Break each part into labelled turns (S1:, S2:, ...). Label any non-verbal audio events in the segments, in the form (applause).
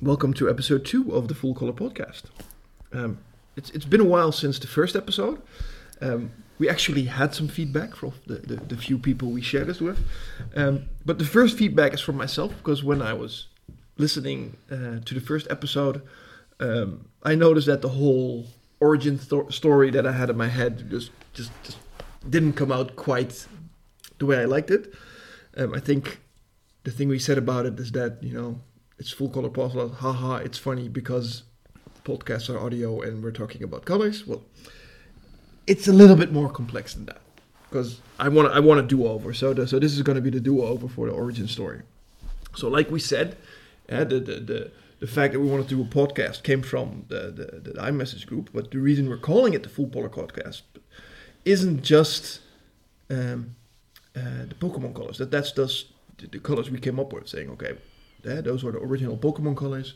S1: welcome to episode two of the Full Color Podcast. Um, it's, it's been a while since the first episode. Um, we actually had some feedback from the, the, the few people we shared this with. Um, but the first feedback is from myself because when I was listening uh, to the first episode, um, I noticed that the whole origin sto- story that I had in my head just, just, just didn't come out quite the way I liked it. Um, I think the thing we said about it is that, you know, it's full color podcast. Haha, it's funny because podcasts are audio and we're talking about colors. Well, it's a little bit more complex than that because I want I want a do over. So the, so this is going to be the do over for the origin story. So like we said, uh, the, the the the fact that we wanted to do a podcast came from the the, the iMessage group, but the reason we're calling it the Full Polar Podcast isn't just um, uh, the Pokemon colors. That that's just the, the colors we came up with, saying okay. yeah, those are the original Pokemon colors,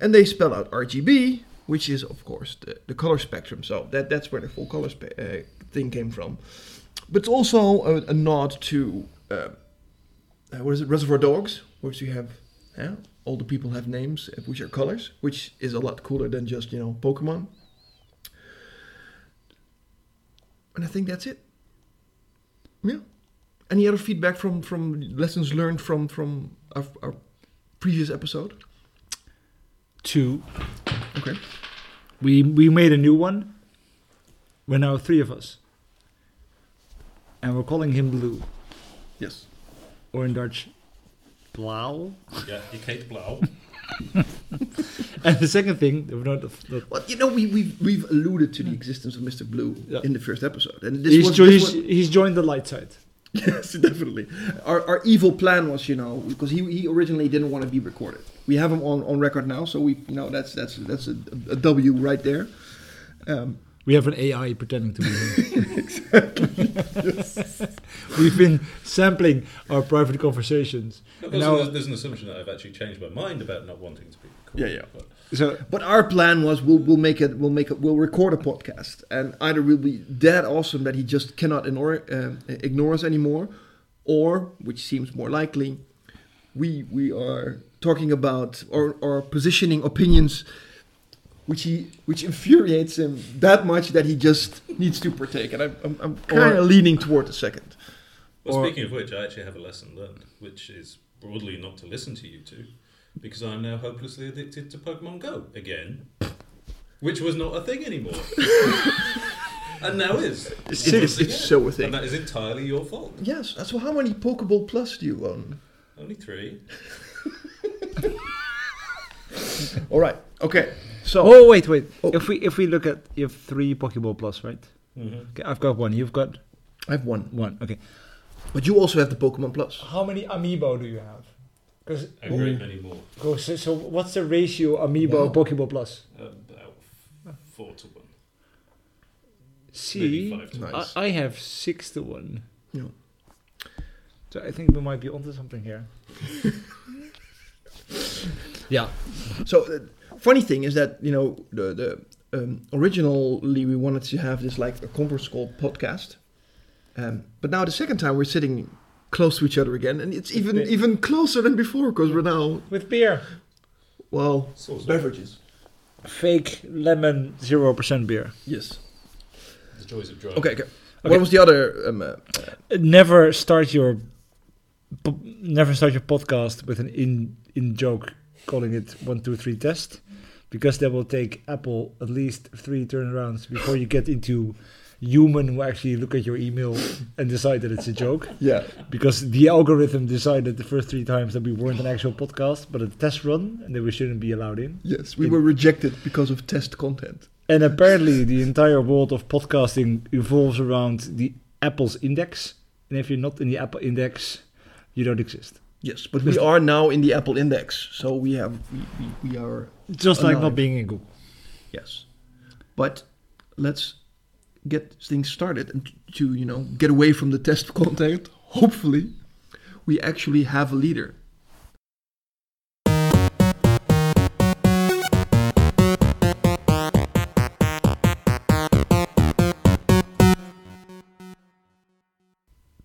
S1: and they spell out RGB, which is of course the, the color spectrum. So that that's where the full color spe- uh, thing came from. But it's also a, a nod to uh, uh, what is it, Reservoir Dogs, which you have yeah, all the people have names uh, which are colors, which is a lot cooler than just you know Pokemon. And I think that's it. Yeah. Any other feedback from from lessons learned from from our, our previous episode?
S2: Two.
S1: Okay.
S2: We we made a new one. We're now three of us. And we're calling him Blue.
S1: Yes.
S2: Or in Dutch, Blauw.
S3: Ja, ik
S2: (laughs)
S3: heet Blauw.
S2: And the second thing, that we're not, not
S1: Well, you know, we, we've, we've alluded to the existence of Mr. Blue
S2: Yeah.
S1: in the first episode. And this
S2: he's,
S1: was,
S2: jo-
S1: this
S2: he's,
S1: was- (laughs)
S2: he's joined the light side.
S1: yes, definitely. Our, our evil plan was, you know, because he, he originally didn't want to be recorded. We have him on, on record now, so we, you know, that's, that's, that's a, a W right there. Um,
S2: We have an AI pretending to be him.
S1: (laughs)
S2: (laughs) We've been sampling our private conversations.
S3: Of course,
S2: Now-
S1: Oh,
S3: there's, there's an assumption that I've actually changed my mind about not wanting to be recorded.
S1: Yeah, yeah.
S3: but-
S2: So
S1: but our plan was we'll, we'll make it we'll make it we'll record a podcast and either we'll be that awesome that he just cannot ignore, um ignore us anymore or which seems more likely we we are talking about or, or positioning opinions which he which infuriates him that much that he just needs to partake and i'm, I'm, I'm kind
S2: Or-
S1: of leaning toward the second
S3: Well,
S2: Or-
S3: speaking of which, I actually have a lesson learned, which is broadly not to listen to you two, because I'm now hopelessly addicted to Pokemon Go again, which was not a thing
S1: (laughs)
S3: anymore. and now is.
S1: It's- it's- it's so a thing.
S3: And that is entirely your fault.
S1: yes so how many pokeball plus do you own
S3: Only three.
S1: all right okay so
S2: Oh wait, wait.
S1: Oh.
S2: If we if we look at you have three Pokeball plus, right? Okay, I've got one. You've got
S1: i have one
S2: one. Okay.
S1: but you also have the pokemon plus
S2: How many amiibo do you have?
S3: A great many more.
S2: Because so what's the ratio amiibo
S1: Wow.
S2: Pokeball plus?
S3: About f- four to one. Maybe
S2: See,
S3: five to one.
S1: Nice.
S2: I, I have six to one.
S1: Yeah.
S2: So I think we might be onto something here. (laughs) yeah.
S1: So, uh, funny thing is that you know the the um, originally we wanted to have this like a conference call podcast, um, but now the second time we're sitting close to each other again, and it's even
S2: been-
S1: even closer than before because we're now
S2: With beer.
S1: well
S3: Sort of.
S1: beverages.
S2: Fake lemon zero percent beer.
S1: Yes.
S3: The joys of driving.
S1: Okay. Okay.
S2: Okay.
S1: What was the other? Um, uh,
S2: Never start your po- never start your podcast with an in in joke calling it one two three test because that will take Apple at least three turnarounds before you get into human who actually look at your email and decide that it's a joke
S1: yeah.
S2: because the algorithm decided the first three times that we weren't an actual podcast but a test run and that we shouldn't be allowed in
S1: Yes, we were rejected because of test content.
S2: and apparently the entire world of podcasting evolves around the Apple's index and if you're not in the Apple index you don't exist
S1: Yes, but we are now in the Apple Index, so we have we, we, we are
S2: just like
S1: Alive.
S2: not being in Google
S1: Yes. But let's get things started and to, you know, get away from the test content. Hopefully, we actually have a leader.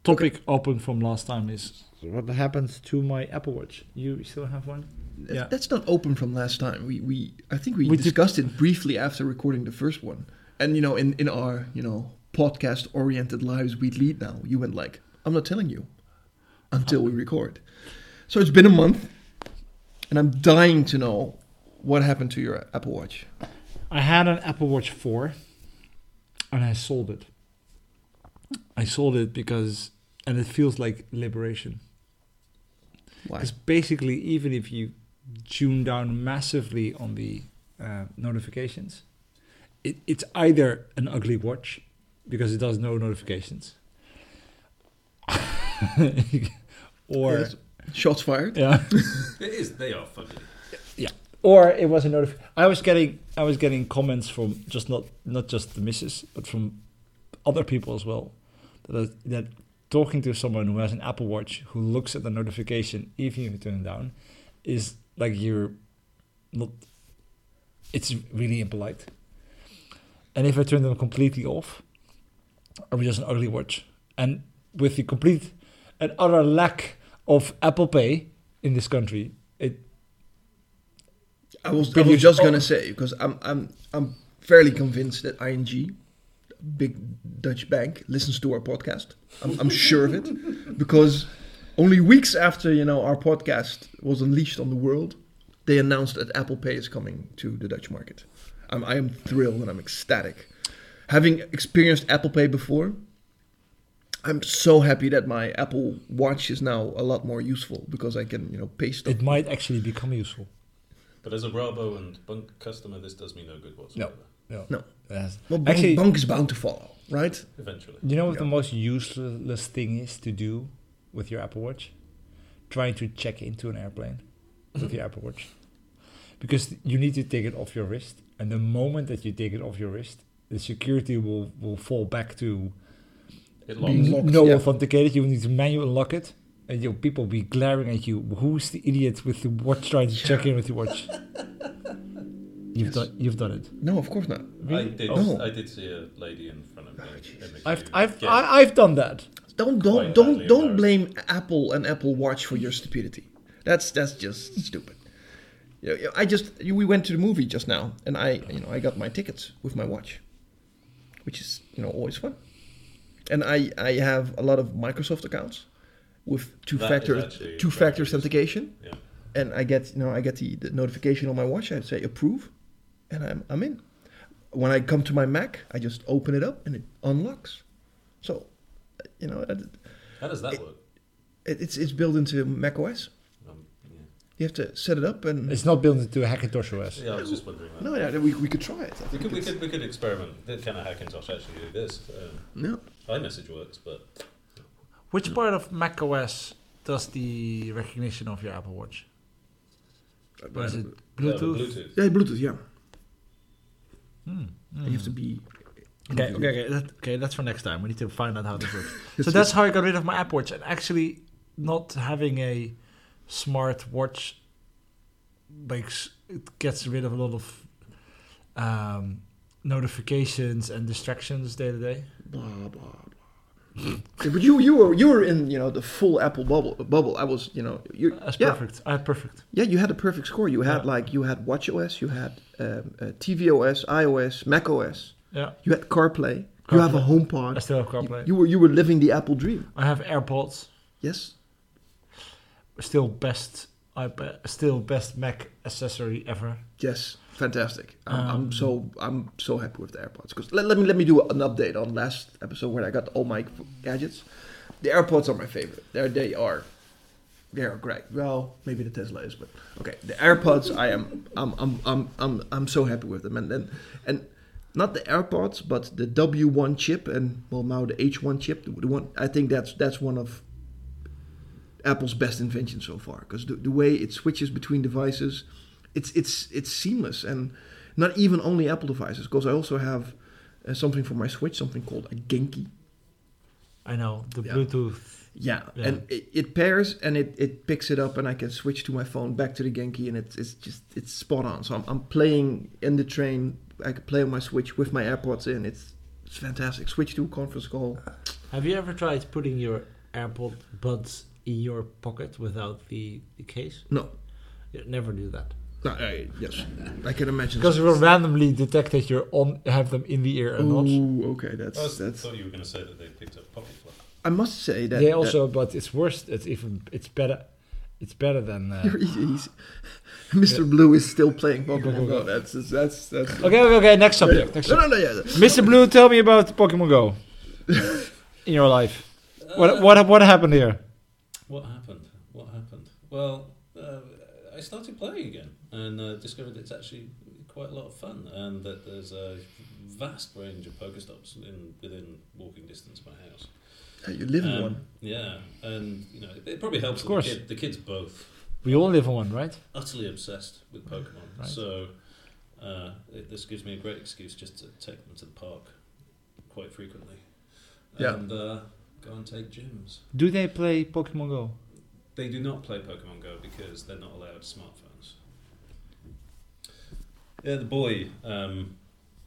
S2: topic open from last time is what happens to my Apple Watch? You still have one?
S1: That-
S2: Yeah.
S1: That's not open from last time. We, we I think we,
S2: We did-
S1: discussed it briefly after recording the first one. And you know, in, in our, you know, podcast oriented lives we lead now, you went like, I'm not telling you until we record. So it's been a month and I'm dying to know what happened to your Apple Watch.
S2: I had an Apple Watch 4 and I sold it. I sold it because, and it feels like liberation.
S1: Why?
S2: Because basically, even if you tune down massively on the uh, notifications, it, it's either an ugly watch because it does no notifications, (laughs) or
S1: Yes. Shots fired.
S2: yeah,
S3: It is. They are fugly.
S2: or it was a notif- I was getting I was getting comments from just not not just the missus, but from other people as well that I- that talking to someone who has an Apple Watch who looks at the notification even if you turn it down is like you're not. It's really impolite. And if I turn them completely off, are we just an ugly watch? And with the complete and utter lack of Apple Pay in this country, it
S1: I was, I
S2: But
S1: was
S2: you-
S1: just
S2: oh.
S1: gonna say because I'm I'm I'm fairly convinced that ING, big Dutch bank, listens to our podcast. I'm, I'm sure of
S2: (laughs)
S1: it because only weeks after you know our podcast was unleashed on the world, they announced that Apple Pay is coming to the Dutch market. I'm, I am thrilled and I'm ecstatic. Having experienced Apple Pay before, I'm so happy that my Apple Watch is now a lot more useful because I can you know pay stuff.
S2: It might actually become useful.
S3: But as a Rabo and Bunk customer, this does me no good whatsoever.
S2: No.
S1: No.
S2: Yes.
S1: Well, Bunk-
S2: actually,
S1: Bunk is bound to follow, right?
S3: Eventually.
S2: you know what the
S1: Yeah.
S2: most useless thing is to do with your Apple Watch? Trying to check into an airplane with your Apple Watch. Because you need to take it off your wrist. And the moment that you take it off your wrist, the security will, will fall back to
S3: It
S1: Being
S3: locks.
S1: locked,
S2: no
S1: yeah.
S2: authenticated. You will need to manually unlock it. And your people will be glaring at you. Who's the idiot with the watch trying to check in with your
S1: (laughs)
S2: watch? You've
S1: Yes.
S2: done, you've done it.
S1: No, of course not.
S3: I
S2: Really?
S3: did.
S1: Oh.
S3: I did see a lady in front of me. in the
S2: I've,
S3: queue
S2: I've,
S3: get-
S2: I, I've done that.
S1: Don't don't
S3: Quite
S1: don't
S3: badly
S1: don't blame Apple and Apple Watch for your stupidity. That's that's just stupid. You know, I just you- we went to the movie just now, and I you know I got my tickets with my watch, which is you know always fun. And I I have a lot of Microsoft accounts with two
S3: That is
S1: factor
S3: actually
S1: two
S3: very
S1: factor
S3: useful.
S1: authentication,
S3: Yeah.
S1: and I get you know I get the, the notification on my watch. I say approve, and I'm I'm in. When I come to my Mac, I just open it up and it unlocks. So, you know, it,
S3: How does that work?
S1: it's it's built into Mac OS.
S3: Um, yeah.
S1: You have to set it up and
S2: It's not built into a Hackintosh OS.
S3: yeah, I was just wondering. That.
S1: no, yeah, we, we could try it. I
S3: We
S1: think
S3: could, we
S1: it's-
S3: could, we could experiment. That kind of Hackintosh actually do this. Um,
S1: No,
S3: iMessage works, but
S2: Which part of Mac OS does the recognition of your Apple Watch? Or is it
S3: no,
S2: Bluetooth?
S3: um, Bluetooth.
S1: yeah, Bluetooth, yeah.
S2: Hmm,
S1: You have to be
S2: Okay, okay, okay, that, okay. That's for next time. We need to find out how
S1: (laughs)
S2: this works. so that's how I got rid of my Apple Watch, and actually, not having a smart watch makes it gets rid of a lot of um, notifications and distractions day to day.
S1: blah blah blah. Yeah, but you you were you were in you know the full Apple bubble bubble. I was you know you
S2: That's
S1: yeah
S2: perfect. I perfect.
S1: yeah you had a perfect score. You had like you had WatchOS, you had um, uh, tvOS, iOS, macOS.
S2: Yeah,
S1: You had CarPlay. You have a
S2: I
S1: HomePod.
S2: still have CarPlay.
S1: You, you were you were living the Apple dream.
S2: I have AirPods.
S1: Yes.
S2: Still best iPad. Still best Mac accessory ever.
S1: Yes, fantastic. I'm, I'm so I'm so happy with the AirPods because let, let me let me do an update on last episode where I got all my gadgets. The AirPods are my favorite. They're, they are they are great. Well, maybe the Tesla is, but okay. The AirPods, I am I'm I'm I'm I'm, I'm so happy with them. And then and not the AirPods, but the W1 chip and well now the H1 chip. The one I think that's that's one of Apple's best invention so far because the, the way it switches between devices, it's it's it's seamless and not even only Apple devices. Because I also have uh, something for my Switch, something called a Genki.
S2: I know the
S1: Yeah.
S2: Bluetooth.
S1: Yeah,
S2: Yeah.
S1: and it, it pairs and it, it picks it up, and I can switch to my phone back to the Genki, and it's it's just it's spot on. So I'm I'm playing in the train. I can play on my Switch with my AirPods in. It's it's fantastic. Switch to conference call.
S4: Have you ever tried putting your AirPod buds in your pocket without the, the case?
S1: No,
S5: Yeah, never do that.
S1: No, I, yes, I can imagine.
S4: Because it will randomly detect that you're on, have them in the ear and not.
S1: Ooh, okay,
S3: I
S1: that's
S3: was-
S1: that's.
S3: thought you were going to say that they picked up pocket fluff.
S1: I must say that.
S4: They
S1: that- (laughs)
S4: also, but it's worse. It's even, it's better, it's better than. Uh,
S1: You're easy, easy. Mr. Blue is still playing Pokemon Go.
S4: Go.
S1: That's that's that's.
S4: (laughs)
S1: (laughs)
S4: okay, okay, okay. Next subject. Next
S1: No,
S4: (laughs)
S1: no,
S4: subject.
S1: no, yeah.
S4: Mr. Blue, tell me about Pokemon (laughs) Go. in your life, what what what happened here?
S3: What happened? What happened? Well, uh, I started playing again and uh, discovered it's actually quite a lot of fun, and that there's a vast range of Pokestops in, within walking distance of my house.
S1: Yeah, Uh, You live in
S3: Um,
S1: one.
S3: Yeah, and you know it, it probably helps.
S4: Of
S3: that
S4: course.
S3: the, kid, the kids both
S4: We all live on one, right?
S3: utterly obsessed with Pokemon,
S4: Right.
S3: so uh, it, this gives me a great excuse just to take them to the park quite frequently,
S1: Yeah.
S3: and uh, go and take gyms.
S4: Do they play Pokemon Go?
S3: They do not play Pokemon Go because they're not allowed smartphones. Yeah, the boy, um,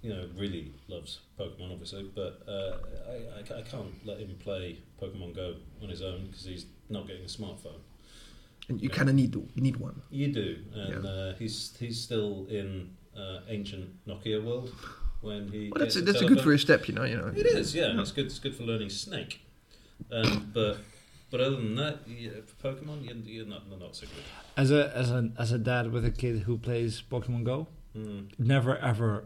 S3: you know, really loves Pokemon, obviously, but uh, I, I, ca- I can't let him play Pokemon Go on his own because he's not getting a smartphone.
S1: And you kind of need to, need one.
S3: You do, and uh, he's he's still in uh, ancient Nokia world when he.
S1: Well, that's
S3: gets
S1: a, that's a good
S3: telephone.
S1: first step, you know. You know.
S3: It is, yeah. and It's good. It's good for learning Snake, um, but but other than that, yeah, for Pokemon, you're, you're not you're not so good.
S4: As a as an as a dad with a kid who plays Pokemon Go,
S3: Mm.
S4: never ever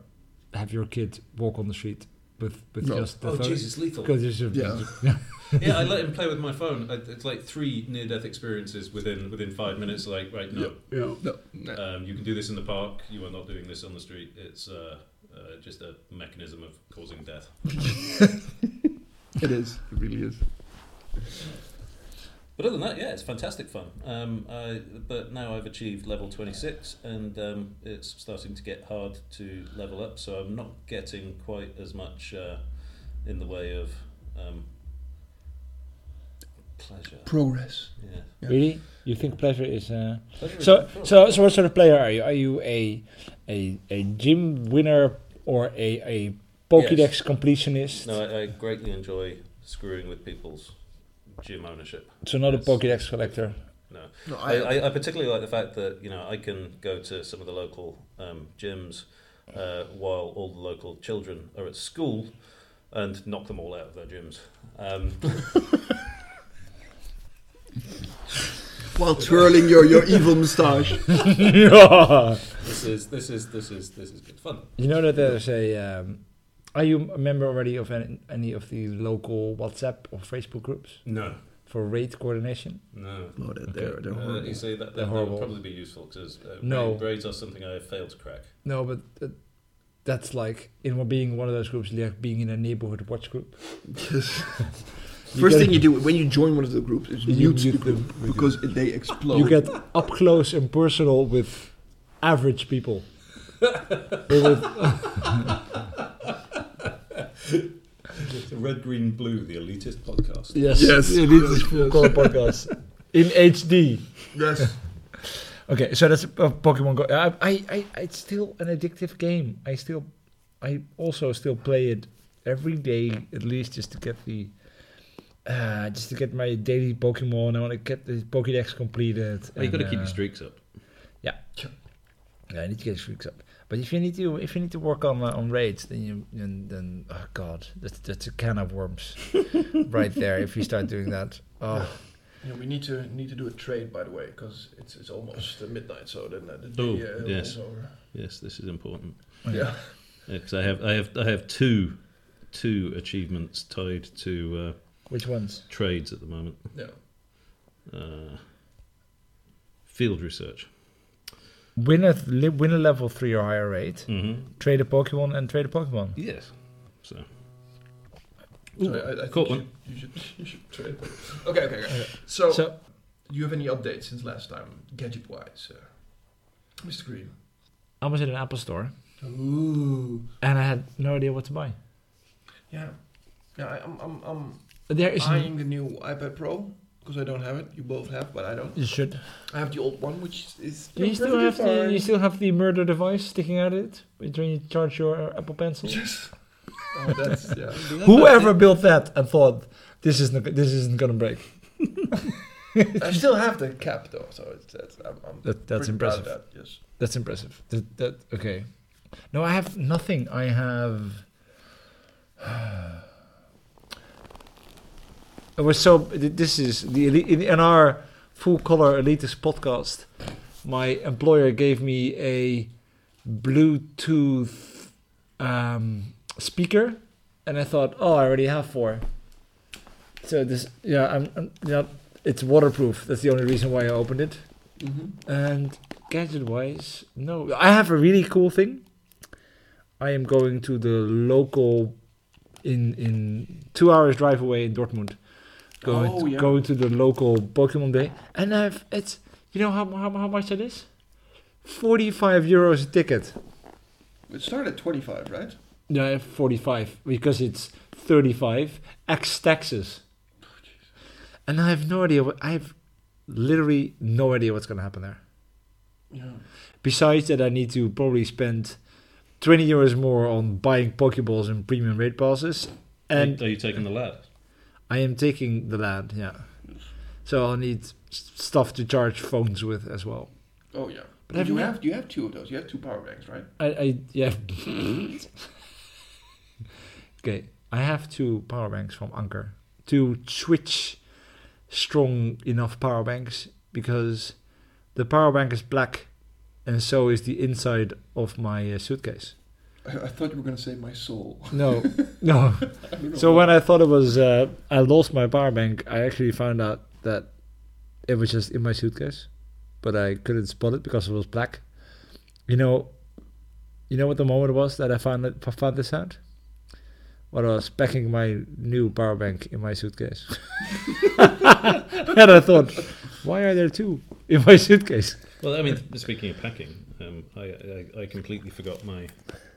S4: have your kid walk on the street with with
S1: No.
S4: just the
S3: oh,
S4: phone.
S3: Jesus, lethal.
S4: Because it's just- (laughs)
S1: Yeah.
S3: yeah, I let him play with my phone. I, it's like three near-death experiences within within five minutes. Like, right, no,
S1: No, no.
S3: um, you can do this in the park. You are not doing this on the street. It's uh, uh, just a mechanism of causing death.
S1: It is. It really is.
S3: But other than that, yeah, it's fantastic fun. Um, I, but now I've achieved level 26 and um, it's starting to get hard to level up, so I'm not getting quite as much uh, in the way of um, pleasure.
S1: Progress.
S3: Yeah.
S1: Yeah.
S4: Really, you think pleasure is? Uh...
S3: Pleasure is
S4: So
S3: fun.
S4: so so what sort of player are you? Are you a a a gym winner or a a Pokédex
S3: Yes.
S4: completionist?
S3: No, I, I greatly enjoy screwing with people's gym ownership.
S4: so not a
S3: Yes.
S4: Pokédex collector.
S3: No.
S1: No,
S3: I,
S1: I,
S3: I, I particularly like the fact that you know I can go to some of the local um, gyms uh, while all the local children are at school and knock them all out of their gyms. (laughs) Um,
S1: while twirling your, (laughs) your evil moustache.
S4: (laughs) yeah.
S3: this is this is this is this is good fun.
S4: You know that there's a. Um, are you a member already of any, any of the local WhatsApp or Facebook groups
S3: No,
S4: for raid coordination?
S3: no.
S1: No, they're, they're, they're
S3: Uh,
S1: horrible.
S3: you see that,
S4: They're
S3: that, that
S4: horrible.
S3: would probably be useful because uh,
S4: No.
S3: no. braids are something I have failed to crack.
S4: No, but uh, that's like in one- being one of those groups, like being in a neighborhood watch group.
S1: Yes. First
S4: You get-
S1: thing you do when you join one of the groups is
S4: You
S1: mute
S4: mute
S1: the group
S4: them.
S1: because they explode.
S4: you get up close and personal with average people. Or with-
S3: Red, green, blue, the elitist podcast.
S4: yes,
S1: Yes.
S4: it is full color podcast in HD.
S1: yes.
S4: Okay, so that's uh, Pokemon Go. I, I, I, it's still an addictive game. I still, I also still play it every day at least just to get the, uh, just to get my daily Pokemon. I want to get the Pokédex completed. and, uh,
S3: streaks up.
S4: Yeah, I need to get streaks up. But if you need to, if you need to work on uh, on raids, then you then, then oh god, that's that's a can of (laughs) worms, right there. If you start doing that, oh
S2: Yeah, we need to need to do a trade, by the way, because it's it's almost uh, midnight. So then uh, the
S3: Oh,
S2: day uh,
S3: yes.
S2: rolls over.
S3: Yes, this is important.
S2: Yeah,
S3: Because I have I have I have two two achievements tied to uh,
S4: which ones?
S3: trades at the moment.
S2: yeah.
S3: uh, field research.
S4: Win a li- win a level three or higher raid.
S3: Mm-hmm.
S4: Trade a Pokemon and trade a Pokemon.
S3: Yes. So
S2: So I, I think
S3: caught
S2: you,
S3: one.
S2: You should you should trade. Okay, okay, okay. So,
S4: So
S2: do you have any updates since last time, gadget wise, uh, Mr. Green?
S4: I was at an Apple store
S2: Ooh.
S4: and I had no idea what to buy.
S2: Yeah, yeah. I, I'm I'm I'm
S4: There is.
S2: eyeing the new iPad Pro because I don't have it. You both have, but I don't.
S4: You should.
S2: I have the old one, which is
S4: you still
S2: perfectly
S4: have the
S2: fine.
S4: you still have the murder device sticking out of it when you charge your uh, Apple Pencil.
S2: (laughs)
S4: (laughs)
S2: Yes. Oh, that's yeah.
S4: Whoever built that and thought this is not, this isn't gonna break.
S1: I still have the cap though, so it's that's I'm, I'm
S4: That-
S1: pretty proud
S4: that's
S1: of
S4: impressive.
S1: that, yes.
S4: That's impressive. That, that okay. No, I have nothing. I have. (sighs) It was so. th- This is the elite, in, in our full color elitist podcast. My employer gave me a Bluetooth um, speaker, and I thought, oh, I already have four. So this, yeah, I'm, I'm yeah, it's waterproof. That's the only reason why I opened it.
S1: Mm-hmm.
S4: And gadget wise, no. I have a really cool thing. I am going to the local in in two hours drive away in Dortmund. Going
S1: Oh,
S4: to,
S1: yeah.
S4: going to the local Pokemon Day, and I've it's you know how how, how much that is? Forty five euros a ticket.
S1: It started at 25, right?
S4: No, I have 45 because it's 35 ex taxes. And I have no idea what I have literally no idea what's going to happen there.
S1: Yeah.
S4: Besides that, I need to probably spend 20 euros more on buying Pokeballs and premium raid passes. And
S3: are you taking the lad?
S4: I am taking the land, yeah. So I'll need s- stuff to charge phones with as well.
S1: Oh yeah.
S4: But
S1: But
S4: I've
S1: you
S4: never-
S1: have you have two of those. You have two power banks, right?
S4: I, I yeah. okay, I have two power banks from Anker. Two switch strong enough power banks because the power bank is black, and so is the inside of my uh, suitcase.
S1: I, I thought you were gonna say my soul.
S4: (laughs) No, no.
S1: I don't know
S4: So
S1: why.
S4: when I thought it was, uh, I lost my power bank. I actually found out that it was just in my suitcase, but I couldn't spot it because it was black. You know, you know what the moment was that I found it, found this out? When I was packing my new power bank in my suitcase, (laughs) and I thought, why are there two in my suitcase?
S3: Well, I mean, speaking of packing, um, I, I, I completely forgot my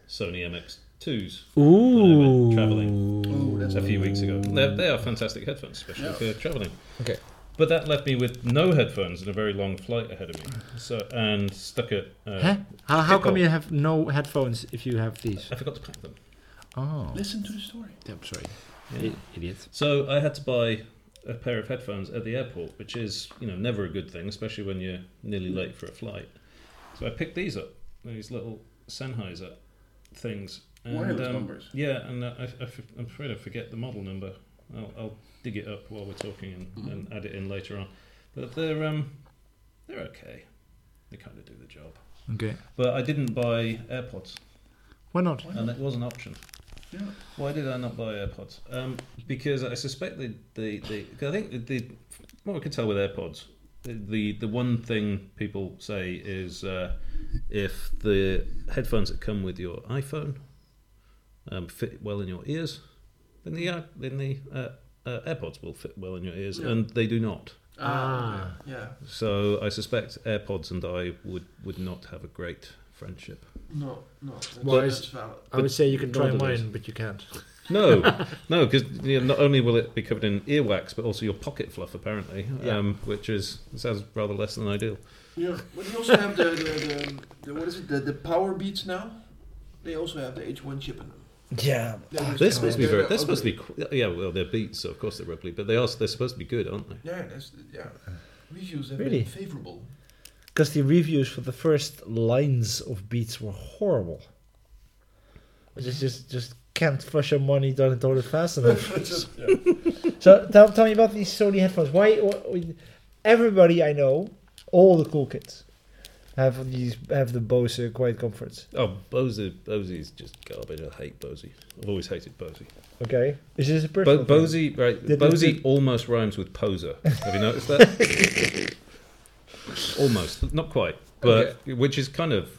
S3: Sony MX2s Ooh. Traveling.
S1: Ooh, that's
S3: a few weeks ago. They're, they are fantastic headphones, especially
S1: Yeah.
S3: for traveling.
S4: Okay.
S3: But that left me with no headphones and a very long flight ahead of me. So and stuck at. Uh,
S4: Huh? How, how come
S3: Pickle.
S4: you have no headphones if you have these?
S3: I forgot to pack them.
S4: Oh,
S1: (laughs) Listen to the story.
S4: I'm sorry,
S3: Yeah.
S4: idiot.
S3: So I had to buy a pair of headphones at the airport, which is you know never a good thing, especially when you're nearly late for a flight. So I picked these up, these little Sennheiser things. And,
S1: Wireless
S3: um,
S1: numbers.
S3: Yeah, and uh, I, I, am afraid I forget the model number. I'll, I'll dig it up while we're talking and, and add it in later on. But they're um, they're okay. They kind of do the job.
S4: Okay,
S3: But I didn't buy AirPods,
S4: why not?
S3: and it was an option.
S1: Yeah.
S3: Why did I not buy AirPods? Um, because I suspect the the, the 'cause I think the, the what I could tell with AirPods, the the, the one thing people say is uh, if the headphones that come with your iPhone um, fit well in your ears, then the i- then the uh, uh, AirPods will fit well in your ears,
S1: Yeah.
S3: and they do not.
S2: Ah.
S1: okay. Yeah.
S3: So I suspect AirPods and I would would not have a great friendship.
S1: No, no. That's,
S4: Why
S1: that's
S4: is-
S1: valid.
S4: I would say you can try
S3: rather
S4: mine,
S3: lose.
S4: but you can't.
S3: No, (laughs) no, because you know, not only will it be covered in earwax, but also your pocket fluff, apparently,
S4: Yeah.
S3: um, which is sounds rather less than ideal.
S1: Yeah. But you also have the, the, the, the what is it? The, the power beats now. They also have the H1 chip in them.
S4: Yeah.
S1: They're just-
S3: They're supposed to be
S1: they're-
S3: very. They're
S1: they're
S3: supposed to
S1: ugly.
S3: be. qu- Yeah, well, they're beats, so of course they're ugly, but they are. They're supposed to be good, aren't they?
S1: Yeah, that's yeah. Reviews have
S4: Really?
S1: been favorable.
S4: Because the reviews for the first lines of Beats were horrible. I just, just, just can't flush your money down the toilet fast enough.
S1: yeah.
S4: so tell, tell me about these Sony headphones. Why? why- Everybody I know, all the cool kids, have these have the Bose uh, Quiet Comforts.
S3: Oh, Bose, Bose is just garbage. I hate Bose. I've always hated Bose.
S4: Okay, is this a personal?
S3: Bo-
S4: thing?
S3: Bose, right?
S4: Did-
S3: Bose
S4: did-
S3: almost rhymes with poser. Have you noticed that?
S4: (laughs)
S3: almost, not quite, but which is kind of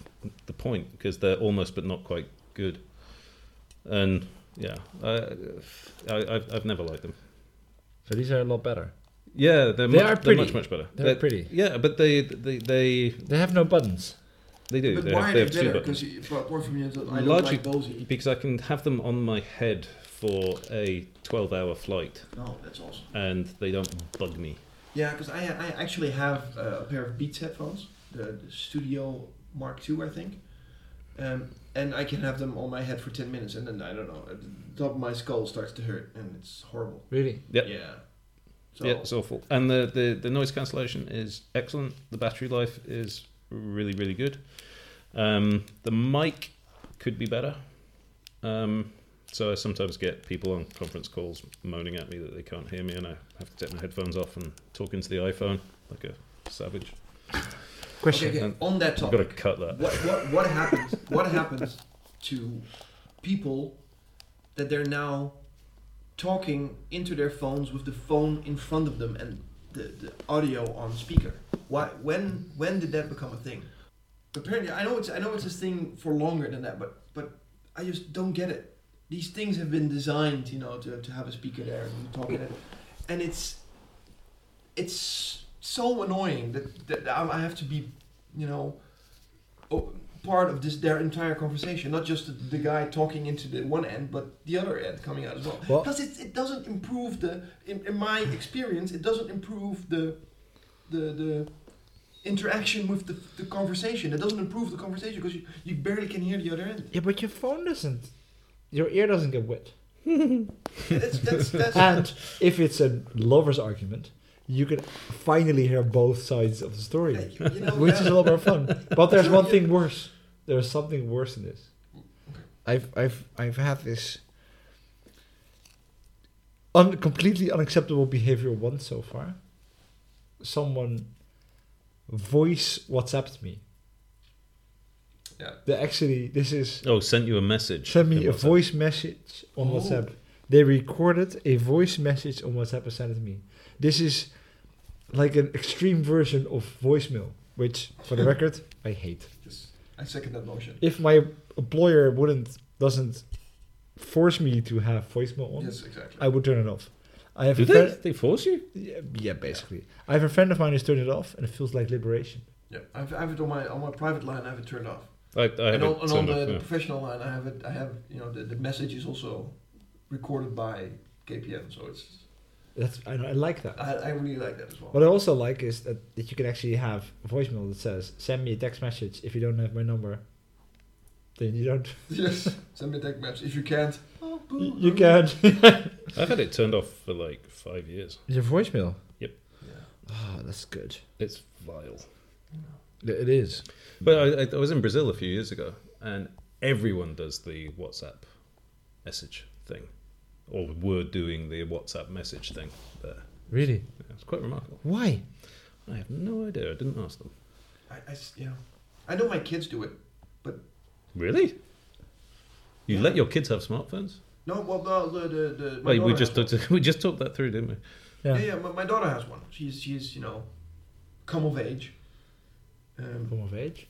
S3: the point because they're almost but not quite good. And yeah, I, I, I've, I've never liked them.
S4: So these are a lot better.
S3: Yeah,
S4: They
S3: they're much,
S4: are
S3: they're
S4: pretty.
S3: much much better.
S4: They're pretty.
S3: Yeah, but they they they,
S4: They have no buttons.
S3: they do.
S1: But
S3: they
S1: why
S3: have,
S1: are
S3: they
S1: they
S3: have two
S1: better?
S3: buttons.
S1: Because apart from you, I don't
S3: Largely-
S1: like those. either.
S3: Because I can have them on my head for a twelve-hour flight,
S1: No, Oh, that's awesome.
S3: and they don't bug me.
S1: Yeah, because I, I actually have uh, a pair of Beats headphones, the, the Studio Mark II, I think. Um, and I can have them on my head for 10 minutes, uh, and then I don't know, at the top of my skull starts to hurt, and it's horrible.
S4: Really?
S3: Yep.
S1: Yeah. So
S3: Yeah, it's awful. And the, the, the noise cancellation is excellent. The battery life is really, really good. Um, the mic could be better. Um, so I sometimes get people on conference calls moaning at me that they can't hear me, and I have to take my headphones off and talk into the iPhone like a savage.
S1: okay,
S6: Question.
S1: okay,
S3: And-
S1: on that
S3: I've got to
S1: topic,
S3: cut that.
S1: what what what happens? what happens to people that they're now talking into their phones with the phone in front of them and the, the audio on speaker? Why? When when did that become a thing? Apparently, I know it's I know it's this thing for longer than that, but but I just don't get it. These things have been designed, you know, to, to have a speaker there and you talk in it, and it's it's so annoying that, that I I have to be, you know, o- part of this their entire conversation, not just the, the guy talking into the one end, but the other end coming out as well.
S4: Well-
S1: Plus, it, it doesn't improve the, in, in my experience, it doesn't improve the, the the interaction with the, the conversation. It doesn't improve the conversation because you, you barely can hear the other end.
S4: Yeah, but your phone doesn't. Your ear doesn't get wet.
S1: That's that's
S4: (laughs)
S1: that's.
S4: And if it's a lover's argument, you can finally hear both sides of the story,
S1: you know,
S4: (laughs) which
S1: that-
S4: is a
S1: (laughs)
S4: lot more fun. But there's one thing worse. There's something worse than this. I've I've I've had this un- completely unacceptable behavior once so far. Someone voice WhatsApped me.
S1: Yeah.
S4: They actually this is
S3: Oh, sent you a message.
S4: Send me
S3: in
S4: a
S3: WhatsApp.
S4: voice message on
S1: Oh.
S4: WhatsApp. They recorded a voice message on WhatsApp and sent it to me. This is like an extreme version of voicemail, which, for (laughs) the record, I hate.
S1: Yes, I second that motion.
S4: If my employer wouldn't doesn't force me to have voicemail on,
S1: Yes, exactly.
S4: I would turn it off. I have
S3: Do
S4: a
S3: they?
S4: friend,
S3: They force you?
S4: yeah, yeah, basically. I have a friend of mine who's turned it off, and it feels like liberation.
S1: Yeah, I've, I have it on my on my private line. I have it turned off.
S3: I, I have
S1: and on, and
S3: it
S1: on
S3: turned
S1: the,
S3: off,
S1: the
S3: yeah.
S1: professional line, I have it. I have you know the, the message is also recorded by KPM, so it's
S4: That's I, I like that.
S1: I, I really like that as well.
S4: What I also like is that, that you can actually have a voicemail that says, send me a text message if you don't have my number. Then you don't.
S1: (laughs)
S4: (laughs)
S1: yes, send me a text message if you can't. Oh,
S4: y-
S1: boo,
S4: You
S1: I'm-
S4: can.
S3: I've had it turned off for like five years.
S4: Your voicemail.
S1: Yeah.
S4: Oh, that's good.
S3: It's vile.
S4: It is.
S3: But I- I, I was in Brazil a few years ago, and everyone does the WhatsApp message thing, or were doing the WhatsApp message thing there.
S4: Really?
S3: Yeah, It's quite remarkable.
S4: Why?
S3: I have no idea. I didn't ask them.
S1: I, I s- you know, I know my kids do it.
S3: Really? You let your kids have smartphones?
S1: No, well, well the the, the my
S3: Wait, we
S1: daughter
S3: just
S1: has one.
S3: talked, (laughs) we just talked that through, didn't we?
S4: Yeah.
S1: yeah, yeah. My, my daughter has one. She's she's you know, come of age. Um,
S4: Come of age.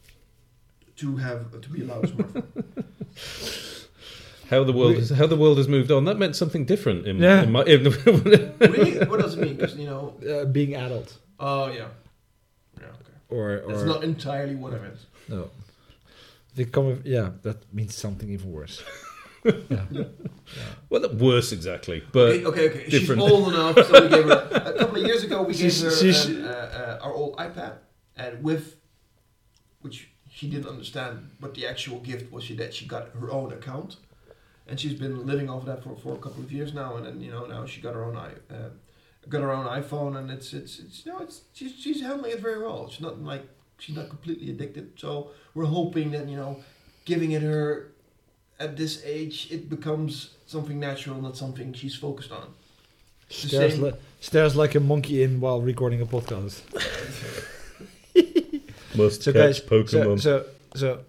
S1: to have to be allowed a smartphone. (laughs)
S3: How the world
S4: We-
S3: has, how the world has moved on. That meant something different in,
S4: Yeah.
S3: in my. In, (laughs)
S1: really? What does it mean? Because you know.
S4: Uh, being adult.
S1: Oh yeah. Yeah. Okay.
S4: Or,
S1: That's
S4: or
S1: not entirely what I meant.
S4: no. The come of, yeah, that means something
S1: (laughs)
S4: even worse.
S3: well, not worse exactly, but
S1: okay, okay, okay.
S3: different.
S1: She's old enough, so we gave
S3: (laughs)
S1: her a couple of years ago. We
S4: She's-
S1: gave her
S4: she's-
S1: um, uh, uh, our old iPad, and with which she didn't understand, but the actual gift was she that she got her own account, and she's been living off that for, for a couple of years now. And then you know now she got her own i uh, got her own iPhone, and it's it's it's you know it's she's she's handling it very well. She's not like she's not completely addicted. So we're hoping that you know giving it her at this age it becomes something natural not something she's focused on
S4: Stares,
S1: same.
S4: li- stares like a monkey in while recording a podcast.
S3: must
S4: So guys,
S3: catch
S4: so
S3: Pokemon.
S4: so, so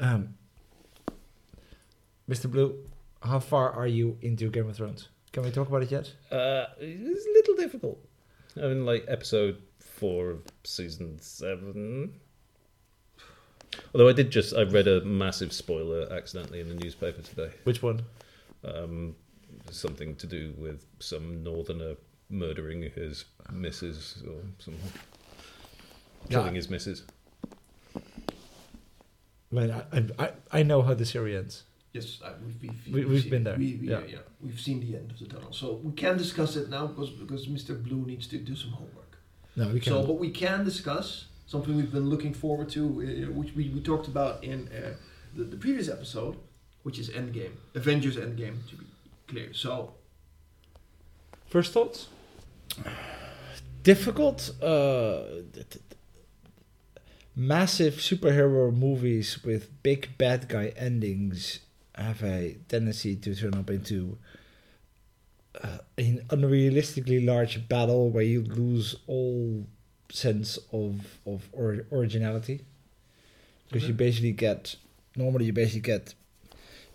S4: um, Mr. Blue, how far are you into Game of Thrones? Can we talk about it yet?
S3: Uh, it's a little difficult. I'm in like episode four of season seven. Although I did just, I read a massive spoiler accidentally in the newspaper today.
S4: Which one?
S3: Um, something to do with some northerner murdering his missus or something. Killing his missus.
S4: Man, I, I- I I know how the series ends.
S1: yes uh, I, we've, we've,
S4: We- we've
S1: seen
S4: been
S1: it.
S4: there,
S1: we, we-
S4: yeah.
S1: yeah. we've seen the end of the tunnel so we can discuss it now because because mr blue needs to do some homework
S4: No, we can't.
S1: so but we can discuss something we've been looking forward to uh, which we, we talked about in uh, the, the previous episode which is endgame avengers endgame to be clear so
S4: First thoughts? difficult uh th- th- massive superhero movies with big bad guy endings have a tendency to turn up into uh, an unrealistically large battle where you lose all sense of of or, originality because you basically get normally you basically get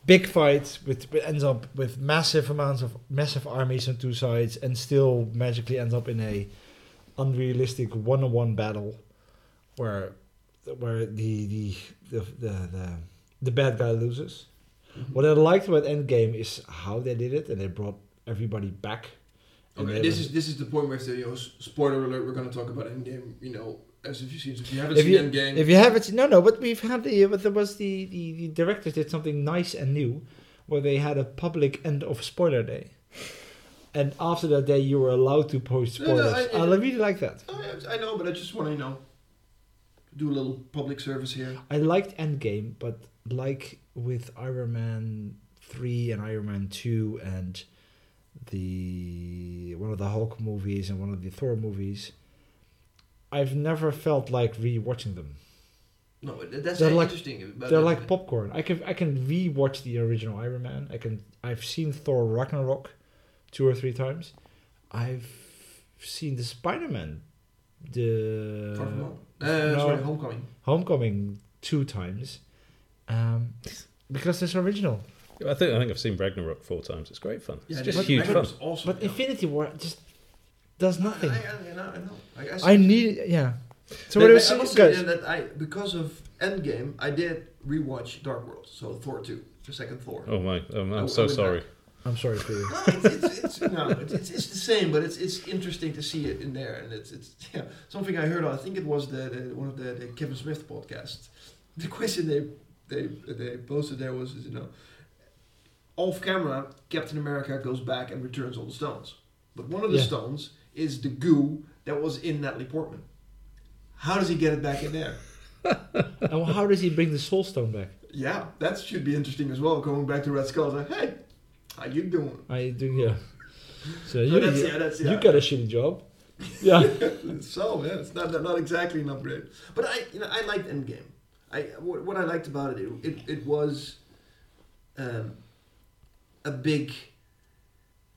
S4: big fights with it ends up with massive amounts of massive armies on two sides and still magically ends up in a unrealistic one-on-one battle where where the the the the, the, the bad guy loses what i liked about endgame is how they did it and they brought everybody back And
S1: Okay,
S4: they
S1: this
S4: were-
S1: is this is the point where I say, you know, s- spoiler alert, we're going to talk about Endgame, you know, as if you see, if you haven't
S4: If
S1: seen
S4: you-
S1: Endgame,
S4: If you haven't, seen- no, no, but we've had the, but there was the, the, the directors did something nice and new where they had a public end of spoiler day. And after that day, you were allowed to post
S1: No, no,
S4: spoilers. I,
S1: I-
S4: really like that.
S1: Oh, yeah, I know, but I just want to, you know, do a little public service here.
S4: I liked Endgame, but like with Iron Man 3 and Iron Man 2 and the one of the Hulk movies and one of the Thor movies, I've never felt like rewatching them.
S1: No, th- that's
S4: They're like-
S1: interesting. uh, about
S4: They're
S1: it.
S4: like popcorn. I can I can rewatch the original Iron Man. I can I've seen Thor Ragnarok two or three times. I've seen the Spider Man, the
S1: Far from home. Uh,
S4: no.
S1: Sorry, Homecoming.
S4: Homecoming two times, um, because it's original.
S3: I think I think I've seen Ragnarok four times. It's great fun. It's
S1: Yeah,
S3: just
S1: but
S3: huge
S1: Ragnarok
S3: fun.
S1: was Awesome,
S4: But
S1: yeah.
S4: Infinity War just does nothing.
S1: I, I, I know. I, know. I, I,
S4: I need yeah. So what
S1: But
S4: I
S1: I
S4: was
S1: must say
S4: guys,
S1: that I, because of Endgame, I did rewatch Dark World, so Thor 2, the second Thor.
S3: Oh my! Um,
S1: I- I
S3: I'm so
S1: went
S3: sorry.
S4: I'm sorry for you.
S1: No, it's, it's, it's, no it's, it's, it's the same, but it's it's interesting to see it in there, and it's it's yeah, something I heard. on I think it was the, the one of the, the Kevin Smith podcast. (laughs) The question they they they posted there was you know, off camera, Captain America goes back and returns all the stones, but one of the
S4: Yeah.
S1: stones is the goo that was in Natalie Portman. How does he get it back in there?
S4: and (laughs) how does he bring the Soul Stone back?
S1: Yeah, that should be interesting as well. Going back to Red Skull, like, hey, how you doing?
S4: I do yeah. So
S1: So
S4: you
S1: that's,
S4: you,
S1: yeah, that's, yeah.
S4: you got a shitty job. Yeah.
S1: (laughs) so yeah, it's not not exactly an upgrade. But I you know I liked Endgame. I what, what I liked about it it it, it was um, a big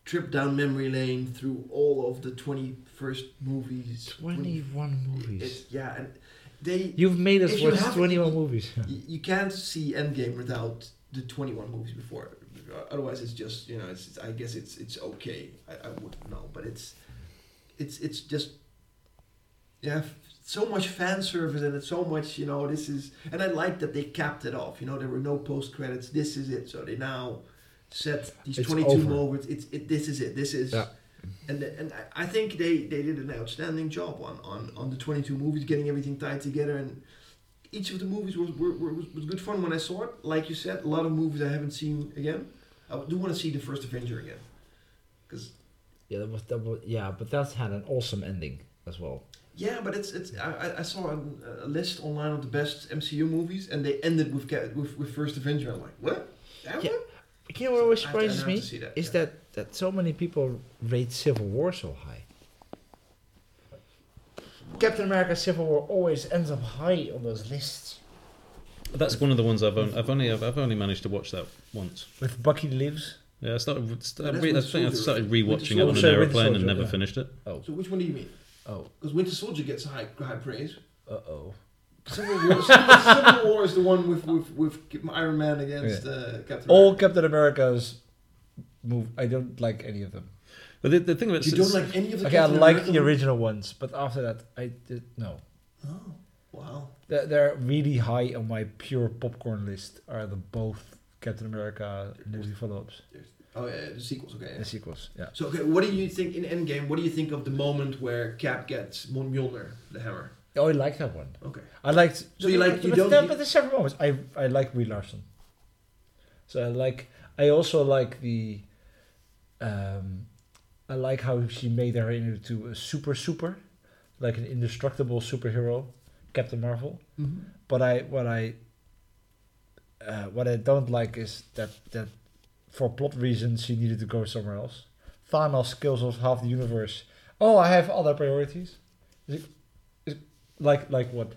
S1: trip down memory lane through all of the twenty first movies.
S4: 21 movies.
S1: It's, yeah, and they
S4: You've made us
S1: If you
S4: watch
S1: have-
S4: 21 movies. (laughs)
S1: you, you can't see Endgame without the 21 movies before. Otherwise, it's just you know, it's, it's I guess it's it's okay. I, I wouldn't know, but it's it's it's just yeah, f- so much fan service and it's so much you know. This is and I like that they capped it off. You know, there were no post credits. This is it. So they now set these
S4: It's
S1: 22
S4: over.
S1: moments. It's it. This is it. This is.
S4: Yeah.
S1: And, and I- I think they, they did an outstanding job on, on, on the 22 movies, getting everything tied together and each of the movies was, were, were, was was good fun when I saw it. Like you said, a lot of movies I haven't seen again. I do want to see the first Avenger again. Cause
S4: Yeah, that was, that was, yeah, but that's had an awesome ending as well.
S1: yeah, but it's it's I, I- I saw a, a list online of the best MCU movies, and they ended with Ca- with, with first Avenger. I'm like, what? That
S4: Yeah,
S1: one?
S4: You know what always
S1: So I have to- I
S4: surprises
S1: have
S4: me?
S1: to see that,
S4: is
S1: yeah.
S4: that, that so many people rate Civil War so high. Captain America Civil War always ends up high on those lists.
S3: That's one of the ones I've only, I've only I've, I've only managed to watch that once.
S4: With Bucky Lives.
S3: Yeah, I started.
S1: that's
S3: started re- I
S1: with
S3: think I
S1: Soldier,
S3: started
S1: right? With
S3: rewatching
S1: the
S3: it on
S4: Soldier,
S3: an
S4: with the
S3: airplane and
S4: Soldier,
S3: never
S4: yeah.
S3: finished it.
S1: So which one do you mean?
S4: Oh,
S1: Because Winter Soldier gets high high praise.
S4: uh oh.
S1: Civil War, Civil, Civil War is the one with with, with Iron Man against uh, Captain.
S4: All
S1: America.
S4: Captain America's move. I don't like any of them.
S3: But the, the thing about
S1: You don't like any of the
S4: Okay, I
S1: Captain
S4: like
S1: America
S4: the
S1: movies?
S4: original ones, but after that, I did. No.
S1: Oh, wow.
S4: They're, they're really high on my pure popcorn list. Are the both Captain America newly follow-ups,
S1: Oh yeah, yeah, the sequels. Okay. yeah.
S4: the sequels? Yeah.
S1: So, okay, what do you think in Endgame? What do you think of the moment where Cap gets Mon Mjolnir, the hammer?
S4: Oh, I like that one.
S1: Okay.
S4: I liked.
S1: So you like- you
S4: but,
S1: don't-
S4: But, but there's several moments. I I like Brie Larson. So I like. I also like the. Um, I like how she made her into a super super, like an indestructible superhero, Captain Marvel. But I what I uh, what I don't like is that that for plot reasons she needed to go somewhere else. Thanos kills off half the universe
S2: oh, I have other priorities. Is it- is it- like like what?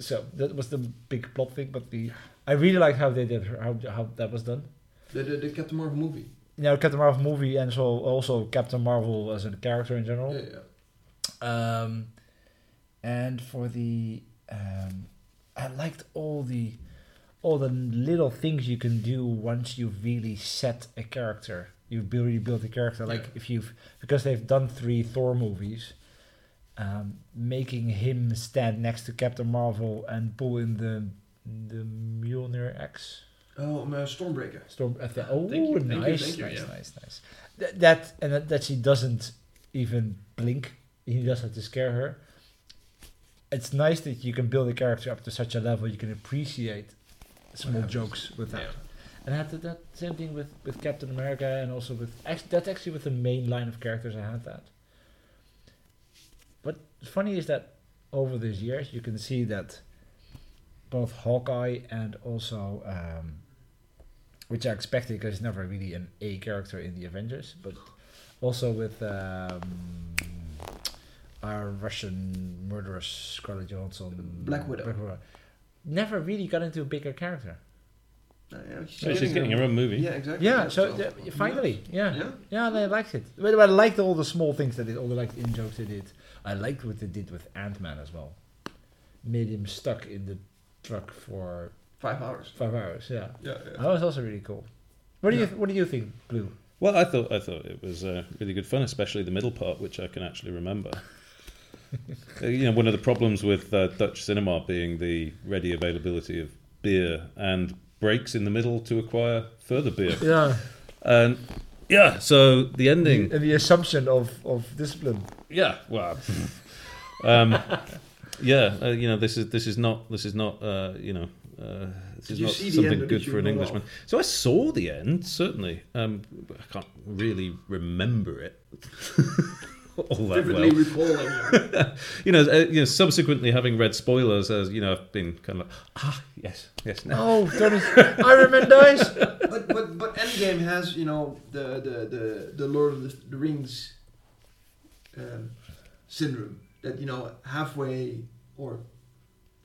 S2: so that was the big plot thing, but the I really liked how they did how how that was done.
S1: The, the, the Captain Marvel movie.
S2: Now Captain Marvel movie and so also Captain Marvel as a character in general.
S1: Yeah, yeah.
S2: Um, and for the, um, I liked all the, all the little things you can do once you really set a character. You build, you build a character. Like
S1: Yeah.
S2: if you've, because they've done three Thor movies, um, making him stand next to Captain Marvel and pull in the, the Mjolnir axe.
S1: Oh, um, uh, Stormbreaker.
S2: Storm. I thought, oh,
S1: Thank you, thank you,
S2: nice,
S1: thank you,
S2: nice,
S1: yeah.
S2: nice, nice. Th- that and that, that she doesn't even blink. He does have to scare her. It's nice that you can build a character up to such a level you can appreciate small
S1: happens.
S2: jokes with that.
S3: Yeah.
S2: And I had that, that same thing with, with Captain America and also with act- that's actually with the main line of characters I had that. But funny is that over these years you can see that both Hawkeye and also um, which I expected because he's never really an A character in the Avengers, but also with um, our Russian murderous Scarlett Johansson,
S1: Black Widow.
S2: never really got into a bigger character.
S1: Uh, yeah, she's,
S2: Oh,
S3: She's getting
S1: a-
S3: her own movie.
S1: Yeah, exactly.
S2: Yeah, so
S1: so-
S2: th- finally, yeah. yeah.
S1: Yeah.
S2: they liked it. But I liked all the small things they did, all the like in jokes they did. I liked what they did with Ant Man as well. Made him stuck in the truck for
S1: Five hours.
S2: five hours. Yeah,
S1: Yeah,
S2: that
S1: yeah.
S2: was also really cool. What do you What do you think, Blue?
S3: Well, I thought I thought it was uh, really good fun, especially the middle part, which I can
S1: (laughs)
S3: actually remember. Uh, you know, one of the problems with uh, Dutch cinema being the ready availability of beer and breaks in the middle to acquire
S1: (laughs)
S3: further beer.
S2: Yeah,
S3: And yeah, so the ending.
S2: and the assumption of of discipline.
S3: Yeah, well, (laughs) um, yeah, uh, you know, this is this is not this is not uh, you know. Uh, this
S1: Did
S3: is
S1: you
S3: not
S1: see the end
S3: something
S1: or
S3: good
S1: did you
S3: for an
S1: roll
S3: Englishman. So I saw the end, certainly. Um, I can't really remember it (laughs) all that well
S1: Vividly
S2: (laughs)
S1: recalling.
S3: you know, uh, you know, subsequently having read spoilers, as you know, I've been kind of like, ah, yes, yes, no.
S2: Oh, Tony, (laughs) Iron Man dies.
S1: but but but Endgame has you know the the the, the Lord of the, the Rings um, syndrome that you know halfway or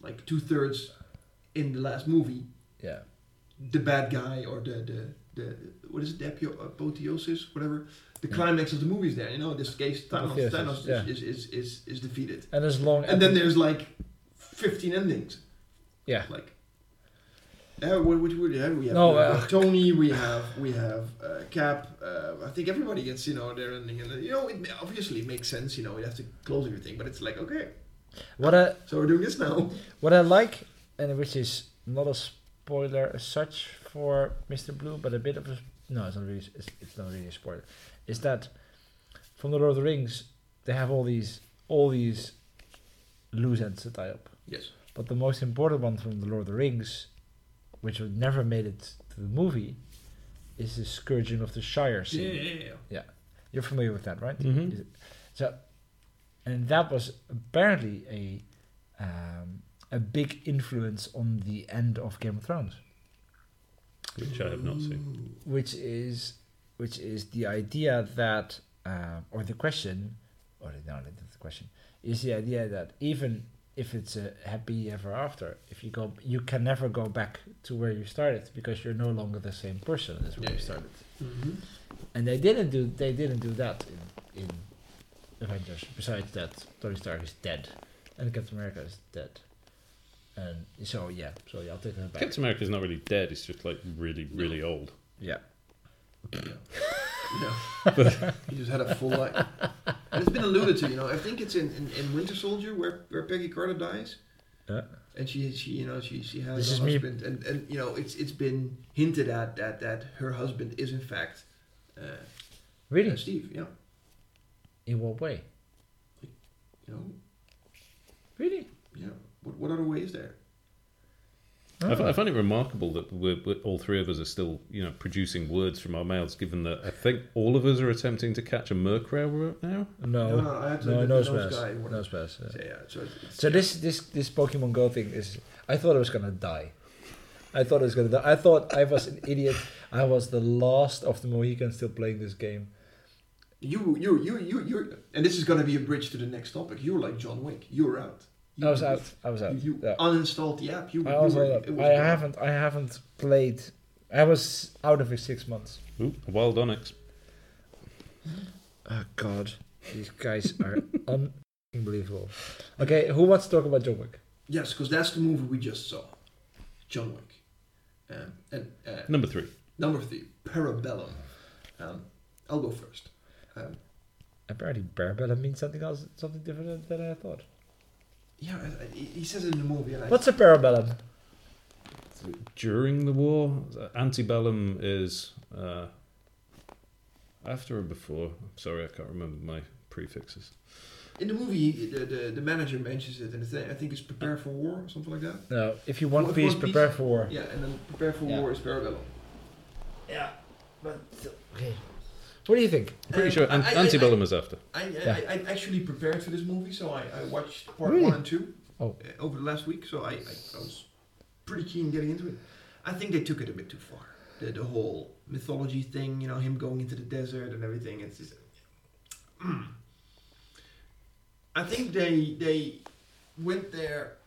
S1: like two thirds in the last movie
S2: Yeah,
S1: the bad guy or the the, the what is it the apio- apotheosis whatever the climax of the movie is there you know in this case Thanos
S2: Mm. Apotheosis,
S1: Thanos is,
S2: yeah.
S1: is, is, is is defeated
S2: and as long
S1: and then there's like fifteen endings
S2: yeah.
S1: like uh, what, what, what, yeah, we have
S2: No,
S1: we have
S2: uh,
S1: Tony, we have we have uh, Cap. Uh, I think everybody gets you know their ending, and uh, you know it ma- obviously makes sense. You know we have to close everything, but it's like okay,
S2: What I
S1: so we're doing this now.
S2: what I like, and which is not a spoiler as such for Mr. Blue, but a bit of a no, it's not really it's, it's not really a spoiler. Is that from the Lord of the Rings? They have all these all these loose ends to tie up.
S1: Yes,
S2: But the most important one from The Lord of the Rings, which would never made it to the movie, is the Scourging of the Shire
S1: yeah,
S2: scene.
S1: yeah, yeah.
S2: You're familiar with that, right?
S1: Mm-hmm.
S3: Mhm.
S2: Is it- So, and that was apparently a um, a big influence on the end of Game of Thrones,
S3: Which I have not seen.
S2: which is which is the idea that um, or the question, or the- no, not the question is the idea that even if it's a happy ever after, if you go, you can never go back to where you started because you're no longer the same person as where
S1: Yeah,
S2: you
S1: yeah.
S2: started.
S1: Mm-hmm.
S2: And they didn't do they didn't do that in, in Avengers. Besides that, Tony Stark is dead, and Captain America is dead, and so yeah, so yeah, I'll take that back.
S3: Captain America's not really dead; it's just like really, really old.
S2: yeah,
S1: Yeah. (laughs) he just had a full life, and it's been alluded to. You know, I think it's in, in, in Winter Soldier where, where Peggy Carter dies,
S2: Yeah.
S1: and she she you know she she has
S2: This
S1: a
S2: is me.
S1: husband, and and you know it's it's been hinted at that that her husband is in fact uh,
S2: really?
S1: Steve. Yeah,
S2: In what way?
S1: you know.
S2: Really?
S1: Yeah. What, what other way is there?
S3: I
S1: Oh.
S3: fi- I find it remarkable that we're, we're, all three of us are still, you know, producing words from our mouths. Given that I think all of us are attempting to catch a mercrow right now.
S2: No, no,
S1: I had
S2: no,
S1: the
S2: nose
S1: nose
S2: pass,
S1: guy, what-
S2: nose pass. yeah.
S1: So, yeah, so it's, it's-
S2: So this this this Pokemon Go thing is. I thought I was gonna die. I thought I was gonna die. I thought I was an idiot. I was the last of the Mohicans still playing this game,
S1: You, you, you, you, you, and this is going to be a bridge to the next topic. You're like John Wick. You're out. You,
S4: I was out. I was out.
S1: You, you
S4: Yeah.
S1: uninstalled the app. You,
S4: I
S1: you
S4: also
S1: were- it was
S4: I
S1: gone.
S4: haven't I haven't played. I was out of it six months.
S3: Ooh, wild onyx.
S4: Oh God, these guys are (laughs) unbelievable. Okay, who wants to talk about John Wick?
S1: Yes, because that's the movie we just saw, John Wick, um, and uh,
S3: Number three.
S1: number three, Parabellum. Um, I'll go first. Um,
S4: Apparently, Barbella means something else, something different than I thought.
S1: yeah, I, I, he says it in the movie. And I,
S4: What's a parabellum?
S3: During the war, antebellum is uh, after or before. Sorry, I can't remember my prefixes.
S1: in the movie, he- the, the the manager mentions it, and the thing, I think it's prepare for war or something like that.
S4: No, if you want
S1: What-
S4: peace,
S1: what peace?
S4: prepare for war.
S1: Yeah, and then prepare for
S4: Yeah.
S1: war is Parabellum.
S4: Yeah, but okay. What do you think?
S3: I'm pretty
S1: Um,
S3: sure an-
S1: I- I- I-
S3: antebellum is after.
S1: I, I,
S4: Yeah.
S1: I, I actually prepared for this movie, so I, I watched part
S4: Really?
S1: one and two
S4: Oh.
S1: uh, over the last week. So I, I, I was pretty keen getting into it. I think they took it a bit too far. The, the whole mythology thing, you know, him going into the desert and everything. It's just, (clears throat) Mm. I think they they went there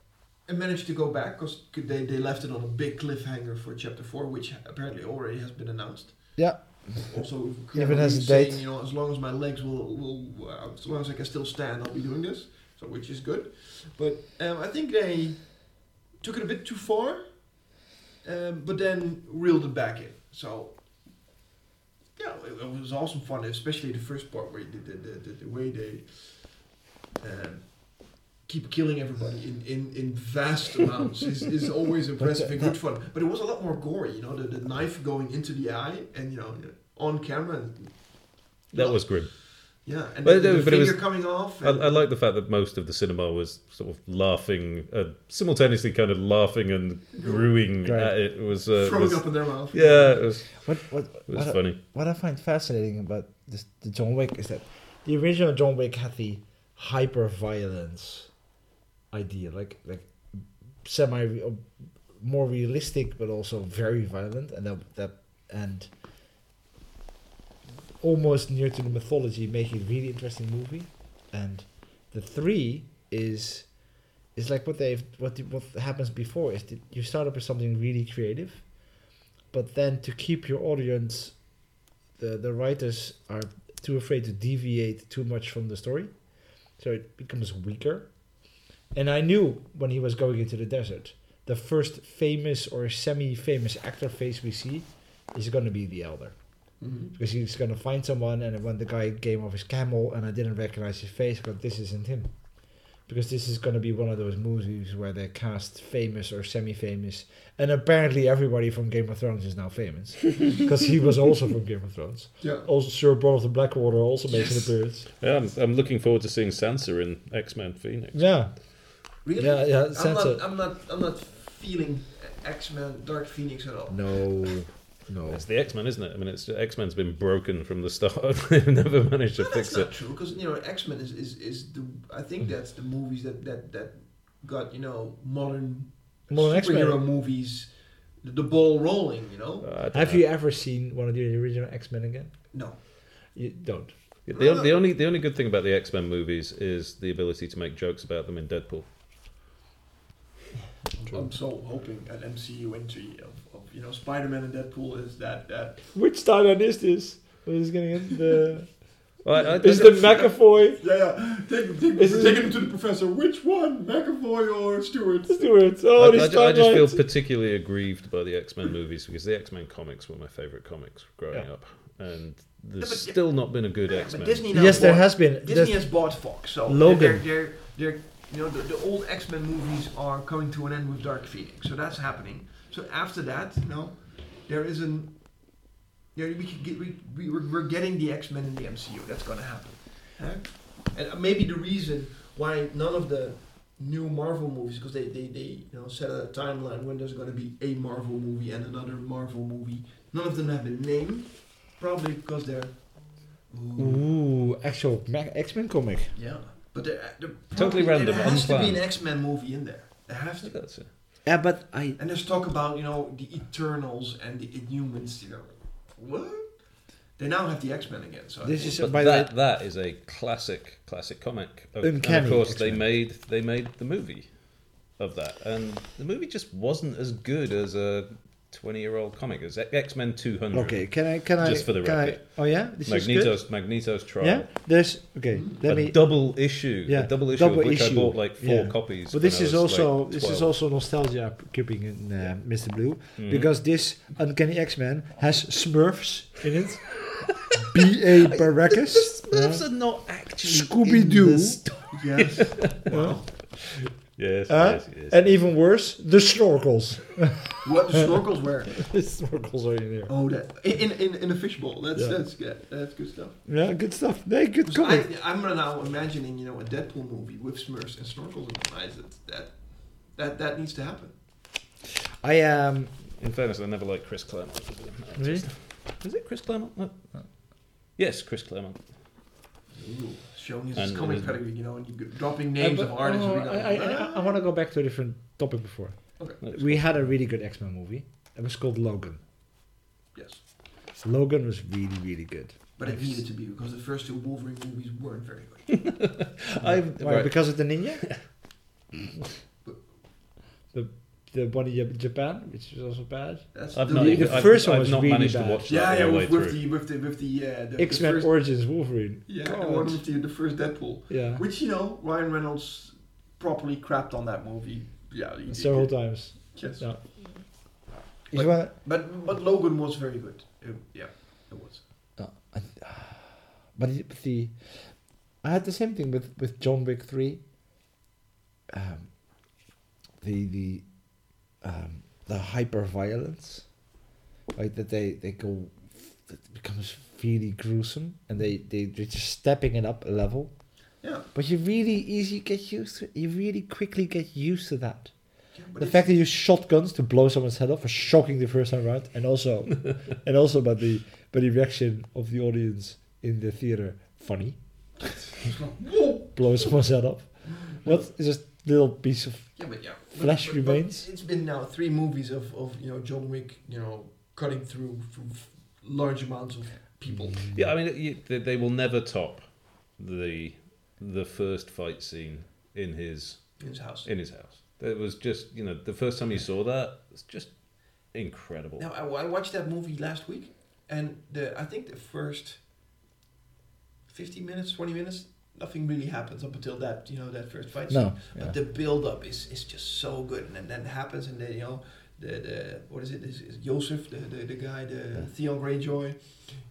S1: and managed to go back because they, they left it on a big cliffhanger for chapter four, which apparently already has been announced.
S4: Yeah.
S1: Also,
S4: Even
S1: Keanu
S4: has
S1: Reeves
S4: a date.
S1: saying, you know, as long as my legs will, will uh, as long as I can still stand, I'll be doing this. So, which is good. But um, I think they took it a bit too far, um, but then reeled it back in. So, yeah, it, it was awesome fun, especially the first part where you did the, the, the, the way they um, keep killing everybody in, in, in vast amounts is, is
S3: (laughs)
S1: always impressive and good fun. But it was a lot more gory, you know, the, the knife going into the eye and, you know, on camera. And,
S3: That was grim.
S1: Yeah, and
S3: But
S1: then
S3: it-
S1: the
S3: but it
S1: finger
S3: was-
S1: coming off.
S3: I,
S1: And,
S3: I like the fact that most of the cinema was sort of laughing, uh, simultaneously kind of laughing and rueing
S4: Right.
S3: at it. It was, uh,
S1: throwing
S3: was-
S1: up in their mouth.
S3: yeah, it was,
S4: What what
S3: it was funny.
S4: what I find fascinating about this, the John Wick is that the original John Wick had the hyper violence idea, like like semi or more realistic, but also very violent, and that, that and almost near to the mythology, making a really interesting movie. And the three is is like what they've what the, what happens before is that you start up with something really creative, but then to keep your audience the the writers are too afraid to deviate too much from the story, so it becomes weaker. And I knew when he was going into the desert, the first famous or semi-famous actor face we see is going to be the elder
S1: Mhm.
S4: because he's going to find someone and when the guy came off his camel and I didn't recognize his face, but this isn't him. Because this is going to be one of those movies where they cast famous or semi-famous, and apparently everybody from Game of Thrones is now famous because he was also from Game of Thrones.
S1: Yeah.
S4: Also, Sir Brother Blackwater also makes an appearance.
S3: Yeah, I'm, I'm looking forward to seeing Sansa in X Men Phoenix.
S4: Yeah,
S1: Really?
S4: yeah, yeah.
S1: I'm
S4: Sansa.
S1: not, I'm not, I'm not feeling X Men Dark Phoenix at all.
S4: No, (laughs) no.
S3: It's the X Men, isn't it? I mean, it's X Men's been broken from the start. (laughs) They've never managed to
S1: No, that's
S3: fix
S1: not
S3: it.
S1: true because you know X Men is, is is the I
S4: Mm.
S1: think that's the movies that that that got you know modern
S4: Modern X-Men.
S1: superhero movies the, the ball rolling. You know,
S3: Uh, I don't
S4: Have
S3: know.
S4: you ever seen one of the original X Men again?
S1: no,
S4: You don't.
S3: The, on- the only the only good thing about the X Men movies is the ability to make jokes about them in Deadpool.
S1: I'm so hoping an MCU entry of, of you know Spider Man and Deadpool is that that
S4: Which timeline is this? What is getting in the?
S3: Well, I,
S4: (laughs)
S3: I,
S4: Is the McAvoy?
S1: yeah yeah take take,
S4: Is it-
S1: take him to the professor. Which one, McAvoy or Stewart?
S4: Stewart.
S3: I-
S4: Oh,
S3: I- I
S4: these
S3: just feel
S4: timelines.
S3: particularly aggrieved by the X Men movies because the X Men comics were my favorite comics growing
S4: Yeah.
S3: up, and there's
S1: but-
S3: still not been a good X
S1: but
S3: Men.
S1: Disney now
S4: Yes, there
S1: bought-
S4: has been.
S1: Disney
S4: There's-
S1: has bought Fox, so
S4: Logan.
S1: They're, they're, they're, you know, the, the old X Men movies are coming to an end with Dark Phoenix, so that's happening. So after that, you know, there is an, there we could get, we, we we're, we're getting the X Men in the MCU. That's gonna happen, Huh? and uh, maybe the reason why none of the new Marvel movies, because they, they they you know set a timeline when there's gonna be a Marvel movie and another Marvel movie. None of them have been named, probably because they're. Ooh.
S4: Ooh, actual X Men comic.
S1: Yeah, but there, there
S3: Totally
S1: probably-
S3: random,
S1: There has to be
S3: unplanned.
S1: an X Men movie in there. There has to. be.
S3: That's it.
S4: Yeah, but I.
S1: And there's talk about you know the Eternals and the Inhumans. You know, what? They now have the X Men again. So I (laughs)
S4: This
S1: think-
S4: is
S3: But
S4: by
S3: that
S4: the
S3: that is a classic classic comic. Of- and
S4: Uncanny
S3: of course, they
S4: X-Men.
S3: made they made the movie of that, and the movie just wasn't as good as a twenty year old comic. As X Men Two Hundred.
S4: okay. Can I? Can I?
S3: Just for the
S4: can I-
S3: record.
S4: oh yeah, this is good.
S3: Magneto's Magneto's trial.
S4: Yeah, there's okay.
S3: A
S4: Let me.
S3: double issue.
S4: Yeah,
S3: a double issue
S4: double
S3: of which
S4: issue.
S3: I bought like four
S4: Yeah.
S3: copies.
S4: But
S3: when
S4: this
S3: I
S4: is
S3: was, like,
S4: also this is
S3: 12.
S4: also nostalgia keeping in uh, Mr. Blue
S3: Mhm.
S4: because this Uncanny X-Men has Smurfs in (laughs) it. B.A. Baracus. uh,
S3: Smurfs are not actually
S4: Scooby
S3: in
S4: Doo.
S3: the sto-
S6: Yes.
S1: Wow.
S3: Yes,
S4: Huh?
S3: yes, yes.
S4: Uh, And even worse, the snorkels.
S1: what the snorkels were.
S4: (laughs) the snorkels are in there.
S1: Oh, that in in in a fishbowl. That's
S4: Yeah.
S1: that's yeah, that's good stuff.
S4: Yeah, good stuff. Hey, good
S1: So I,
S4: comic.
S1: I'm now imagining you know a Deadpool movie with Smurfs and snorkels in their eyes. That that that, that needs to happen.
S4: I
S1: um,
S4: am.
S3: In fairness, I never liked Chris Claremont. as an artist.
S4: Really?
S3: Is it Chris Claremont? No. Yes, Chris Claremont.
S1: Ooh, showing his
S3: And-
S1: comic
S3: and-
S1: pedigree, you know, and you go- dropping names of artists. we don't-
S4: Uh, oh, I, want to go back to a different topic before.
S3: That's
S4: We
S3: cool.
S4: had a really good X Men movie. It was called Logan.
S1: yes,
S4: Logan was really, really good.
S1: but it
S4: I've-
S1: needed to be because the first two Wolverine movies weren't very good.
S3: I've-
S4: Why,
S3: right.
S4: Because of the
S1: (laughs)
S4: ninja? the, the one in Jap- Japan, which was also bad.
S1: That's
S3: I've
S1: the-
S3: not,
S4: the
S3: even- I've-
S4: first one
S3: I've
S4: was
S3: not
S4: really
S3: managed
S4: bad.
S3: to watch that
S1: yeah,
S3: all
S1: yeah,
S3: the way
S1: with, with
S3: through.
S1: the with the with the uh, the, the
S4: X Men
S1: first-
S4: Origins Wolverine.
S1: yeah, the
S4: God.
S1: one with the, the first Deadpool,
S4: Yeah,
S1: which you know Ryan Reynolds properly crapped on that movie. Yeah, he did.
S4: several times.
S1: Yes.
S4: Yeah.
S1: Like-
S4: You wanna-
S1: But but Logan was very good. Uh, yeah, it was.
S4: But it- but the, I had the same thing with with John Wick three. Um, the the, um, the hyper violence, like that they they go, it becomes really gruesome, and they they they're just stepping it up a level.
S1: Yeah.
S4: But you really easy get used to. You really quickly get used to that.
S1: yeah but
S4: the
S1: it's-
S4: fact that you use shotguns to blow someone's head off was shocking the first time around, and (laughs) also, and also about the but the reaction of the audience in the theater (laughs) funny. blow someone's head off. What is this little piece of?
S1: Yeah, but yeah.
S4: Flesh
S1: but,
S4: remains.
S1: But it's been now three movies of, of you know John Wick, you know, cutting through from f- large amounts of people.
S4: Mm.
S3: Yeah, I mean, you, they, they will never top the the first fight scene in his
S1: in his house.
S3: in his house. It was just, you know, the first time you saw that, it's just incredible.
S1: Now I, I watched that movie last week, and the I think the first fifteen minutes, twenty minutes, nothing really happens up until that you know that first fight. scene.
S4: No,
S1: But the build up is, is just so good, and then that happens, and then you know the, the what is it? Is, is Joseph the, the, the guy the Theon Greyjoy?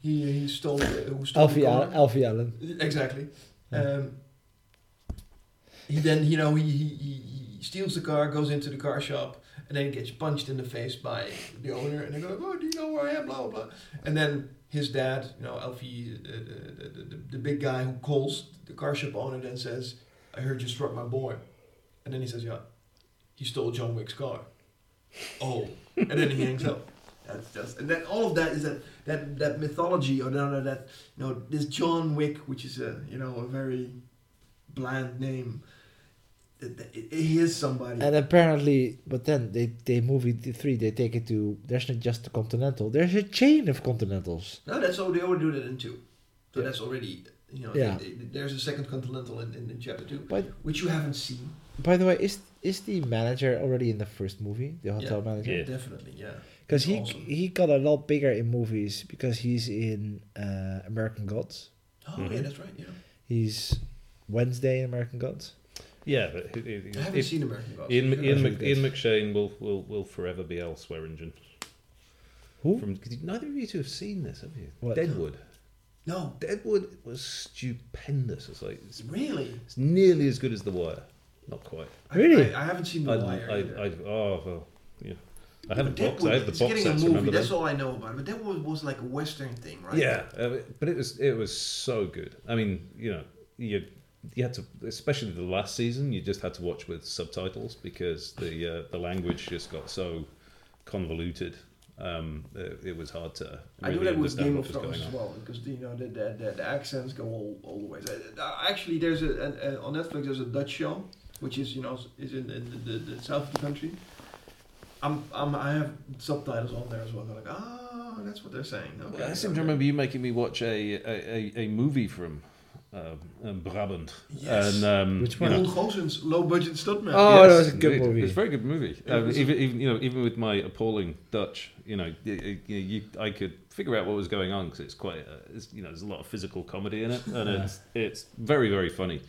S1: He he stole the, who stole
S4: Alfie
S1: the
S4: Allen,
S1: car.
S4: Alfie Allen.
S1: exactly.
S4: Yeah.
S1: Um, he then you know he, he he he steals the car, goes into the car shop, and then gets punched in the face by the owner, and they go, "Oh, do you know where I am?" Blah blah. blah. And then his dad, you know, Alfie, the the, the, the, the big guy who calls the car shop owner, then says, "I heard you struck my boy," and then he says, "Yeah, he stole John Wick's car." Oh, (laughs) and then he hangs up. That's just and then all of that is that that that mythology or no no that you know this John Wick, which is a you know a very bland name. It, it, he is somebody.
S4: And apparently, but then they they movie the three. They take it to. There's not just the Continental. There's a chain of Continentals.
S1: No, that's all they already do that in two. So
S4: Yeah.
S1: that's already you know
S4: Yeah.
S1: they- they- there's a second continental in, in, in chapter two,
S4: But
S1: which you haven't seen.
S4: by the way, is is the manager already in the first movie? The hotel manager.
S3: Yeah.
S1: Definitely, yeah.
S4: Because he
S1: Awesome.
S4: he got a lot bigger in movies because he's in uh, American Gods.
S1: Oh
S3: Mhm.
S1: yeah, that's right. Yeah,
S4: He's Wednesday in American Gods.
S3: Yeah, but it, it,
S1: I haven't
S3: it-
S1: seen American Gods.
S3: Ian,
S1: Yeah.
S3: Ian,
S4: really
S3: Mc,
S4: good.
S3: Ian McShane will, will, will forever be Al Swearingen.
S4: Who?
S3: From, 'cause neither of you two have seen this, have you?
S4: What?
S3: Deadwood.
S1: no,
S3: Deadwood was stupendous. It's like it's,
S1: really.
S3: it's nearly as good as The Wire. Not quite.
S1: I-
S4: Really?
S1: I, I haven't seen
S3: I,
S1: The Wire.
S3: I,
S1: either.
S3: I, oh well, yeah. I have the
S1: But
S3: box.
S1: Deadwood,
S3: I have the
S1: it's
S3: box
S1: getting a
S3: sets.
S1: movie.
S3: Remember
S1: That's
S3: that?
S1: all I know about it. But that was, was like a Western thing, right?
S3: Yeah, uh, but it was it was so good. I mean, you know, you you had to, especially the last season, you just had to watch with subtitles because the uh, the language just got so convoluted. Um, it, it was hard to
S1: I
S3: really
S1: do that with
S3: understand
S1: Game
S3: what
S1: of
S3: was
S1: Thrones
S3: going
S1: as
S3: on.
S1: well because you know the, the, the, the accents go all, all the way. Uh, uh, Actually, there's a an, uh, on Netflix there's a Dutch show which is you know is in the, the, the, the south of the country. I'm, I'm I have subtitles on there as well. They're like ah Oh, that's what they're saying. Okay.
S3: I seem to
S1: okay.
S3: remember you making me watch a a, a, a movie from um, um, Brabant.
S1: Yes.
S3: And, um,
S4: Which
S3: you
S4: one?
S3: know-
S1: Ron Goossens, low budget stuntman.
S4: Oh, that was a good
S3: indeed.
S4: movie.
S3: It was a very good movie.
S1: Yeah,
S3: Uh,
S1: it was a-
S3: even, even you know, even with my appalling Dutch, you know, y- y- you, I could figure out what was going on because it's quite, uh, it's, you know, there's a lot of physical comedy in it, and it's it's very very funny.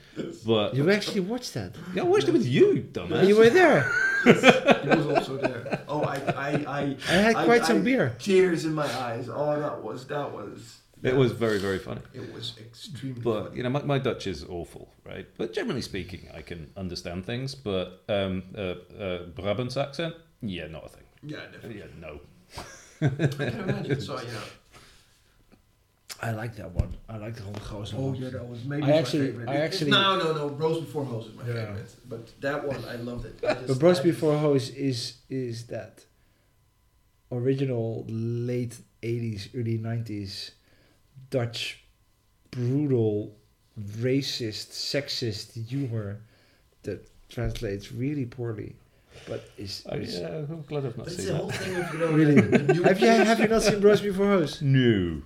S3: But
S4: You actually watched that?
S3: yeah, I watched it with you, dumbass.
S4: You were there.
S1: He was also there. Oh, I, I, I,
S4: I had quite some beer.
S1: Tears in my eyes. Oh, that was, that was,
S3: It was very very funny.
S1: it was extremely.
S3: But
S1: funny.
S3: you know, my, my Dutch is awful, right? But generally speaking, I can understand things. But um, uh, uh, Brabant's accent, yeah, not a thing.
S1: yeah, definitely.
S3: Yeah, no.
S1: I can imagine. So yeah.
S4: I like that one. I like the whole Gozer
S1: Oh
S4: one.
S1: yeah, that was maybe
S4: I
S1: my
S4: actually-
S1: favorite.
S4: I
S1: It-
S4: actually-
S1: No, no, no. Rose before Hose is my
S4: Yeah.
S1: favorite, but that one I loved it. I
S4: But
S1: just-
S4: Bros
S1: I-
S4: Before Hose is is that original late eighties, early nineties Dutch brutal, racist, sexist humor that translates really poorly, but is,
S3: I,
S4: is
S3: Oh, yeah, I'm glad I've not
S1: But it's
S3: seen
S1: the
S3: that.
S1: whole thing of (laughs) you know.
S4: really.
S1: the- the new-
S4: have you have you not seen Bros Before Hose?
S3: No.
S1: Oh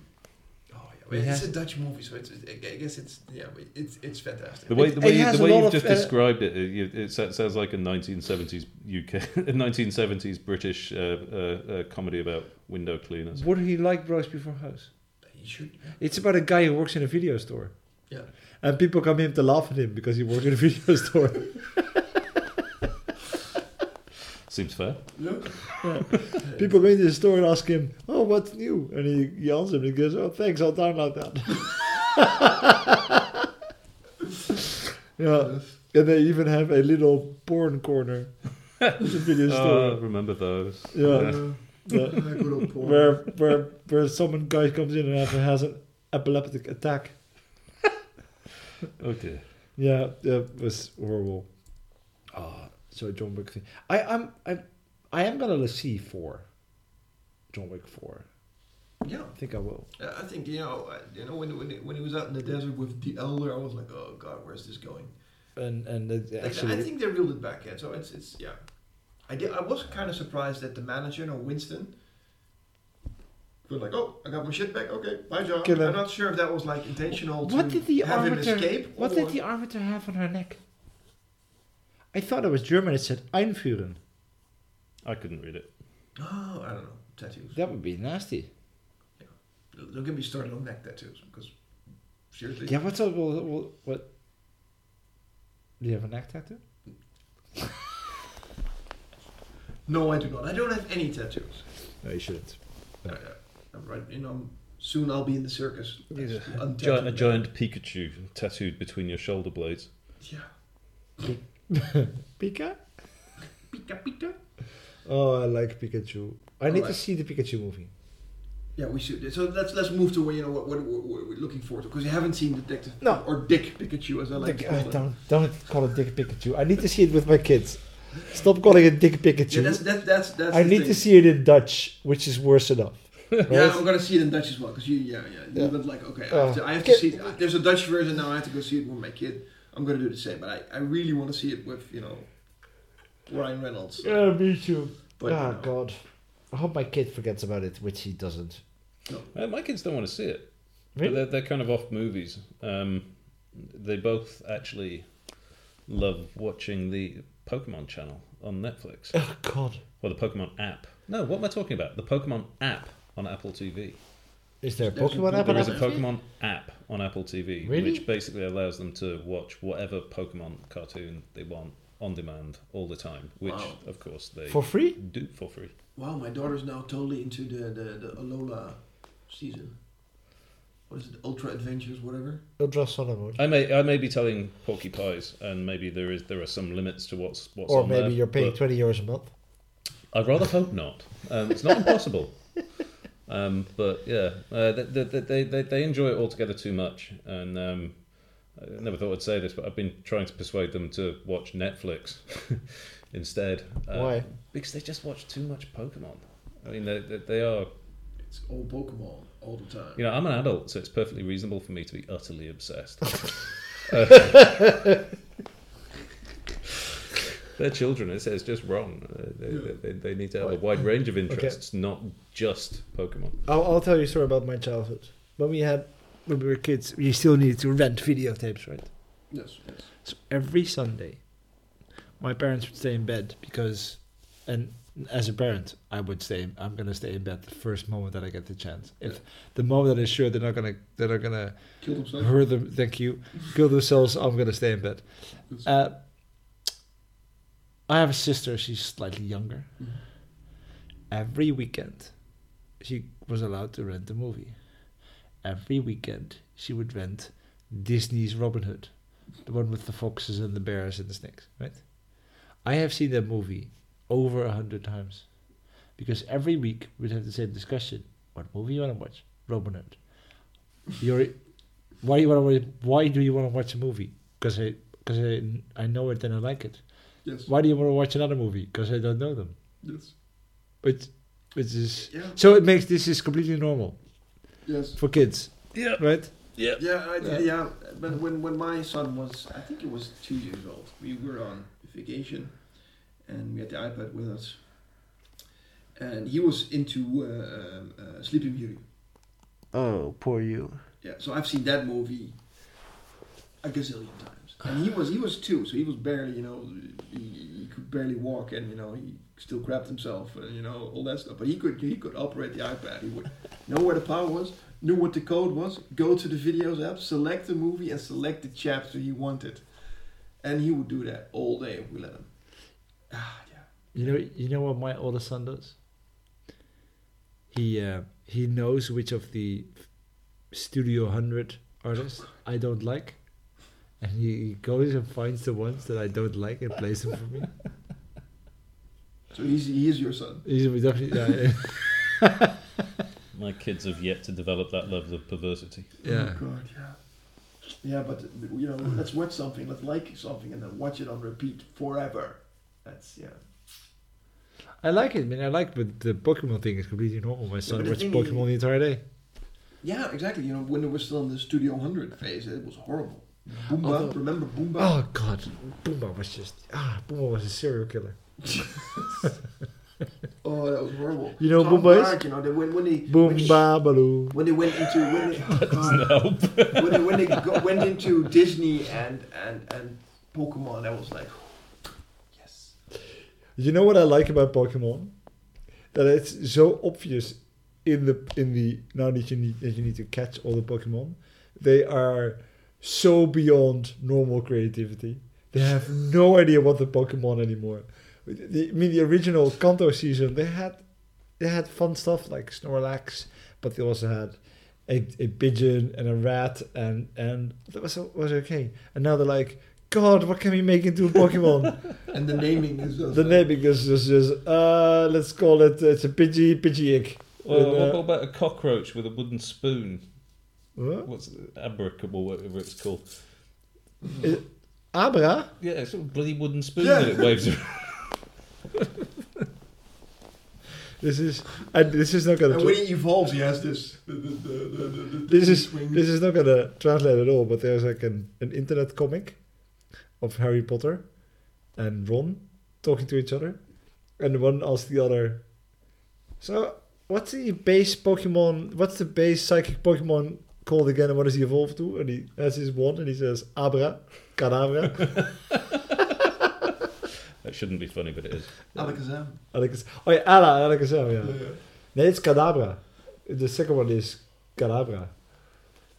S1: yeah, but it's
S4: Yeah.
S1: a Dutch movie, so it's. it- I guess it's yeah, but it's it's fantastic.
S3: The way
S4: It-
S3: the
S4: it
S3: way, you,
S4: has
S3: the
S4: a
S3: way
S4: lot
S3: you've
S4: of,
S3: just
S4: uh,
S3: described it, it, you- it sa- sounds like a 1970s (laughs) UK, a 1970s British uh, uh, uh, comedy about window cleaners.
S4: Would he like Bros Before Hose?
S1: You should.
S4: It's about a guy who works in a video store.
S1: Yeah.
S4: And people come in to laugh at him because he works in a video (laughs) store.
S3: Seems fair.
S1: (laughs) Look.
S4: People go into the store and ask him, "Oh, what's new?" And he yells at him. And he goes, "Oh, thanks. I'll download that." (laughs) yeah, and they even have a little porn corner at the (laughs) video
S3: Uh,
S4: store.
S3: remember those?
S4: Yeah,
S1: Uh,
S4: yeah.
S1: good old porn.
S4: where where where someone guy comes in and have- has an epileptic attack.
S3: Oh dear.
S4: Yeah, that was horrible. Ah, so John Wick thing. I I'm I I am gonna see four. John Wick four.
S1: Yeah.
S4: I think I will.
S1: Uh, I think you know, I, you know, when, when when he was out in the desert with the elder, I was like, oh god, where's this going?
S4: And and it
S1: Like,
S4: actually,
S1: I think they reeled it back in, so it's it's yeah. I did. I was kind of surprised that the manager, no Winston, was like, oh, I got my shit back. Okay, bye, John.
S4: Kill him.
S1: I'm not sure if that was like intentional
S4: What
S1: to
S4: did the
S1: have him
S4: arbiter-
S1: escape.
S4: What
S1: or,
S4: did the arbiter have on her neck? I thought it was German. It said Einführen.
S3: I couldn't read it.
S1: Oh, I don't know. Tattoos.
S4: That would be nasty.
S1: Don't get me started on neck tattoos because seriously,
S4: Yeah, what's up? Well, well, what? Do you have a neck tattoo?
S1: no, I do not. I don't have any tattoos.
S4: No, you shouldn't.
S1: Uh, I'm right. You know, soon I'll be in the circus.
S4: Yeah.
S1: Untattooed.
S3: Giant, a giant Pikachu tattooed between your shoulder blades.
S1: Yeah.
S4: Pika?
S1: Pika Pika.
S4: Oh, I like Pikachu. I need to
S1: Alright.
S4: see the Pikachu movie.
S1: Yeah, we should. So let's let's move to where you know what what, what, what we're looking forward to because you haven't seen Detective
S4: No.
S1: or Dick Pikachu as I like to
S4: Dick-
S1: call
S4: uh,
S1: it.
S4: don't don't call it Dick Pikachu. I need to see it with my kids. Stop calling it Dick
S1: Yeah,
S4: Pikachu.
S1: that's that's that's that's.
S4: I
S1: the
S4: need
S1: thing.
S4: to see it in Dutch, which is worse enough.
S1: Yeah,
S4: Right?
S1: I'm gonna see it in Dutch as well because you yeah yeah.
S4: Yeah.
S1: yeah. But like okay, I
S4: Oh.
S1: have to, I have
S4: Kid-
S1: to see. It. There's a Dutch version now. I have to go see it with my kid. I'm gonna do the same, but I, I really want to see it with you know Ryan Reynolds.
S4: Yeah, me too.
S1: But,
S4: oh
S1: you know,
S4: God, I hope my kid forgets about it, which he doesn't.
S3: Uh, my kids don't want to see it. But
S4: Really?
S3: They're, they're kind of off movies. Um, they both actually love watching the Pokemon channel on Netflix.
S4: Oh God,
S3: Well, the Pokemon app. No, what am I talking about? The Pokemon app on Apple TV.
S4: is there a
S1: There's a
S4: Pokemon
S1: Pokemon
S4: app? on
S3: There is a
S4: Apple TV?
S3: Pokemon app on Apple TV,
S4: Really?
S3: which basically allows them to watch whatever Pokemon cartoon they want on demand all the time, which,
S1: Wow.
S3: of course, they
S4: for free.
S3: do for free.
S1: Wow, my daughter's now totally into the the, the Alola season. What is it? Ultra Adventures, whatever.
S4: Ultra Sun and Moon.
S3: I may I may be telling Porky Pies, and maybe there is there are some limits to what's what's
S4: Or
S3: on
S4: maybe
S3: there,
S4: you're paying
S3: but
S4: twenty euros a month.
S3: I'd rather hope not. Um, it's not impossible. Um, but yeah, uh, they, they, they, they, they enjoy it altogether too much. And um, I never thought I'd say this, but I've been trying to persuade them to watch Netflix (laughs) instead. Uh,
S4: Why?
S3: Because they just watch too much Pokemon. I mean, they, they, they are.
S1: It's all Pokemon all the time.
S3: You know, I'm an adult, so it's perfectly reasonable for me to be utterly
S4: (laughs)
S3: obsessed. Uh, They're children. It's, it's just wrong. Uh, They,
S1: Yeah.
S3: they, they need to have a
S4: Right.
S3: wide range of interests, not just Pokemon.
S4: I'll, I'll tell you a story about my childhood. When we had, when we were kids, you still needed to rent videotapes, right?
S1: Yes, yes.
S4: So every Sunday, my parents would stay in bed because, and as a parent, I would stay. I'm gonna stay in bed the first moment that I get the chance. If the moment that I'm sure they're not gonna, they're not gonna
S1: Kill themselves.
S4: hurt them. Thank you. Kill themselves. I'm gonna stay in bed.
S1: Yes.
S4: Uh, I have a sister. She's slightly younger.
S1: Mhm.
S4: Every weekend, she was allowed to rent a movie. Every weekend, she would rent Disney's Robin Hood, the one with the foxes and the bears and the snakes. Right? I have seen that movie over a hundred times, because every week we'd have the same discussion: what movie you want to watch? Robin Hood. You're, why you want to? Why do you want to watch a movie? Because I because I, I know it and I like it.
S1: Yes.
S4: Why do you want to watch another movie? Because I don't know them.
S1: Yes.
S4: But which is
S1: Yeah.
S4: so it makes this is completely normal
S1: Yes.
S4: for kids,
S3: Yeah,
S4: right?
S1: Yeah, I,
S4: Yeah.
S1: yeah. But when when my son was, I think it was two years old, we were on vacation, and we had the iPad with us, and he was into uh, um, uh, Sleeping Beauty.
S4: Oh, poor you.
S1: Yeah, so I've seen that movie a gazillion times, and he was he was two, so he was barely you know he, he could barely walk, and you know he still grabbed himself, and you know all that stuff. But he could he could operate the iPad. He would know where the power was, knew what the code was, go to the videos app, select the movie, and select the chapter he wanted, and he would do that all day if we let him. Ah, yeah.
S4: You know, you know what my older son does. He uh, he knows which of the Studio Hundred artists I don't like, and he goes and finds the ones that I don't like and plays them for me.
S1: So he's he is your son.
S4: He's definitely yeah,
S3: my kids have yet to develop that level of perversity.
S4: yeah.
S1: Oh God, yeah. Yeah, but you know, let's watch something, let's like something, and then watch it on repeat forever. That's yeah.
S4: I like it, man. I like, but the Pokemon thing is completely normal. My son
S1: but the
S4: watches
S1: thing
S4: Pokemon the entire day.
S1: Yeah, exactly. You know, when it was still in the Studio 100 phase, it was horrible. Boomba,
S4: Although-
S1: remember Boomba?
S4: Oh God, Boomba was just ah, Boomba was a serial killer.
S1: Oh, that was horrible.
S4: You know
S1: Tom
S4: Boomba is?
S1: Clark, You know, they, when, when they when they-
S4: Boomba Baloo.
S1: when they went into when they, oh, God. when they, when they go, went into Disney and and and Pokemon, I was like, yes,
S4: You know what I like about Pokemon? That it's so obvious in the in the now that you need that you need to catch all the Pokemon. They are so beyond normal creativity. They have no idea what the Pokemon anymore. The, I mean, the original Kanto season, they had they had fun stuff like Snorlax, but they also had a, a pigeon and a rat, and and that was was okay. And now they're like, God, what can we make into a Pokemon?
S1: and the naming is just
S4: The
S1: like-
S4: name is just, just uh, let's call it, it's a Pidgey, Pidgey Ick.
S3: Well,
S4: And,
S3: what
S4: uh,
S3: about a cockroach with a wooden spoon?
S4: Huh?
S3: What's it? abracable, whatever it's called?
S4: Abra?
S3: Yeah, it's a bloody wooden spoon
S1: Yeah.
S3: that
S4: (laughs)
S3: it waves around.
S4: This is, and this is not gonna,
S1: And when
S4: tra-
S1: he evolves, he has this. The, the, the, the, the, the
S4: this is,
S1: swing.
S4: this is not gonna translate at all, but there's like an, an internet comic of Harry Potter and Ron talking to each other, and one asks the other, so what's the base Pokemon, what's the base psychic Pokemon called again, and what does he evolve to? And he has his one, and he says, Abra, Kadabra. (laughs)
S3: That shouldn't be funny, but it is.
S1: Alakazam.
S4: Alakazam. Oh yeah, Ala, Alakazam,
S1: Yeah,
S4: yeah.
S1: yeah.
S4: Nee, it's Kadabra. The second one is Kadabra.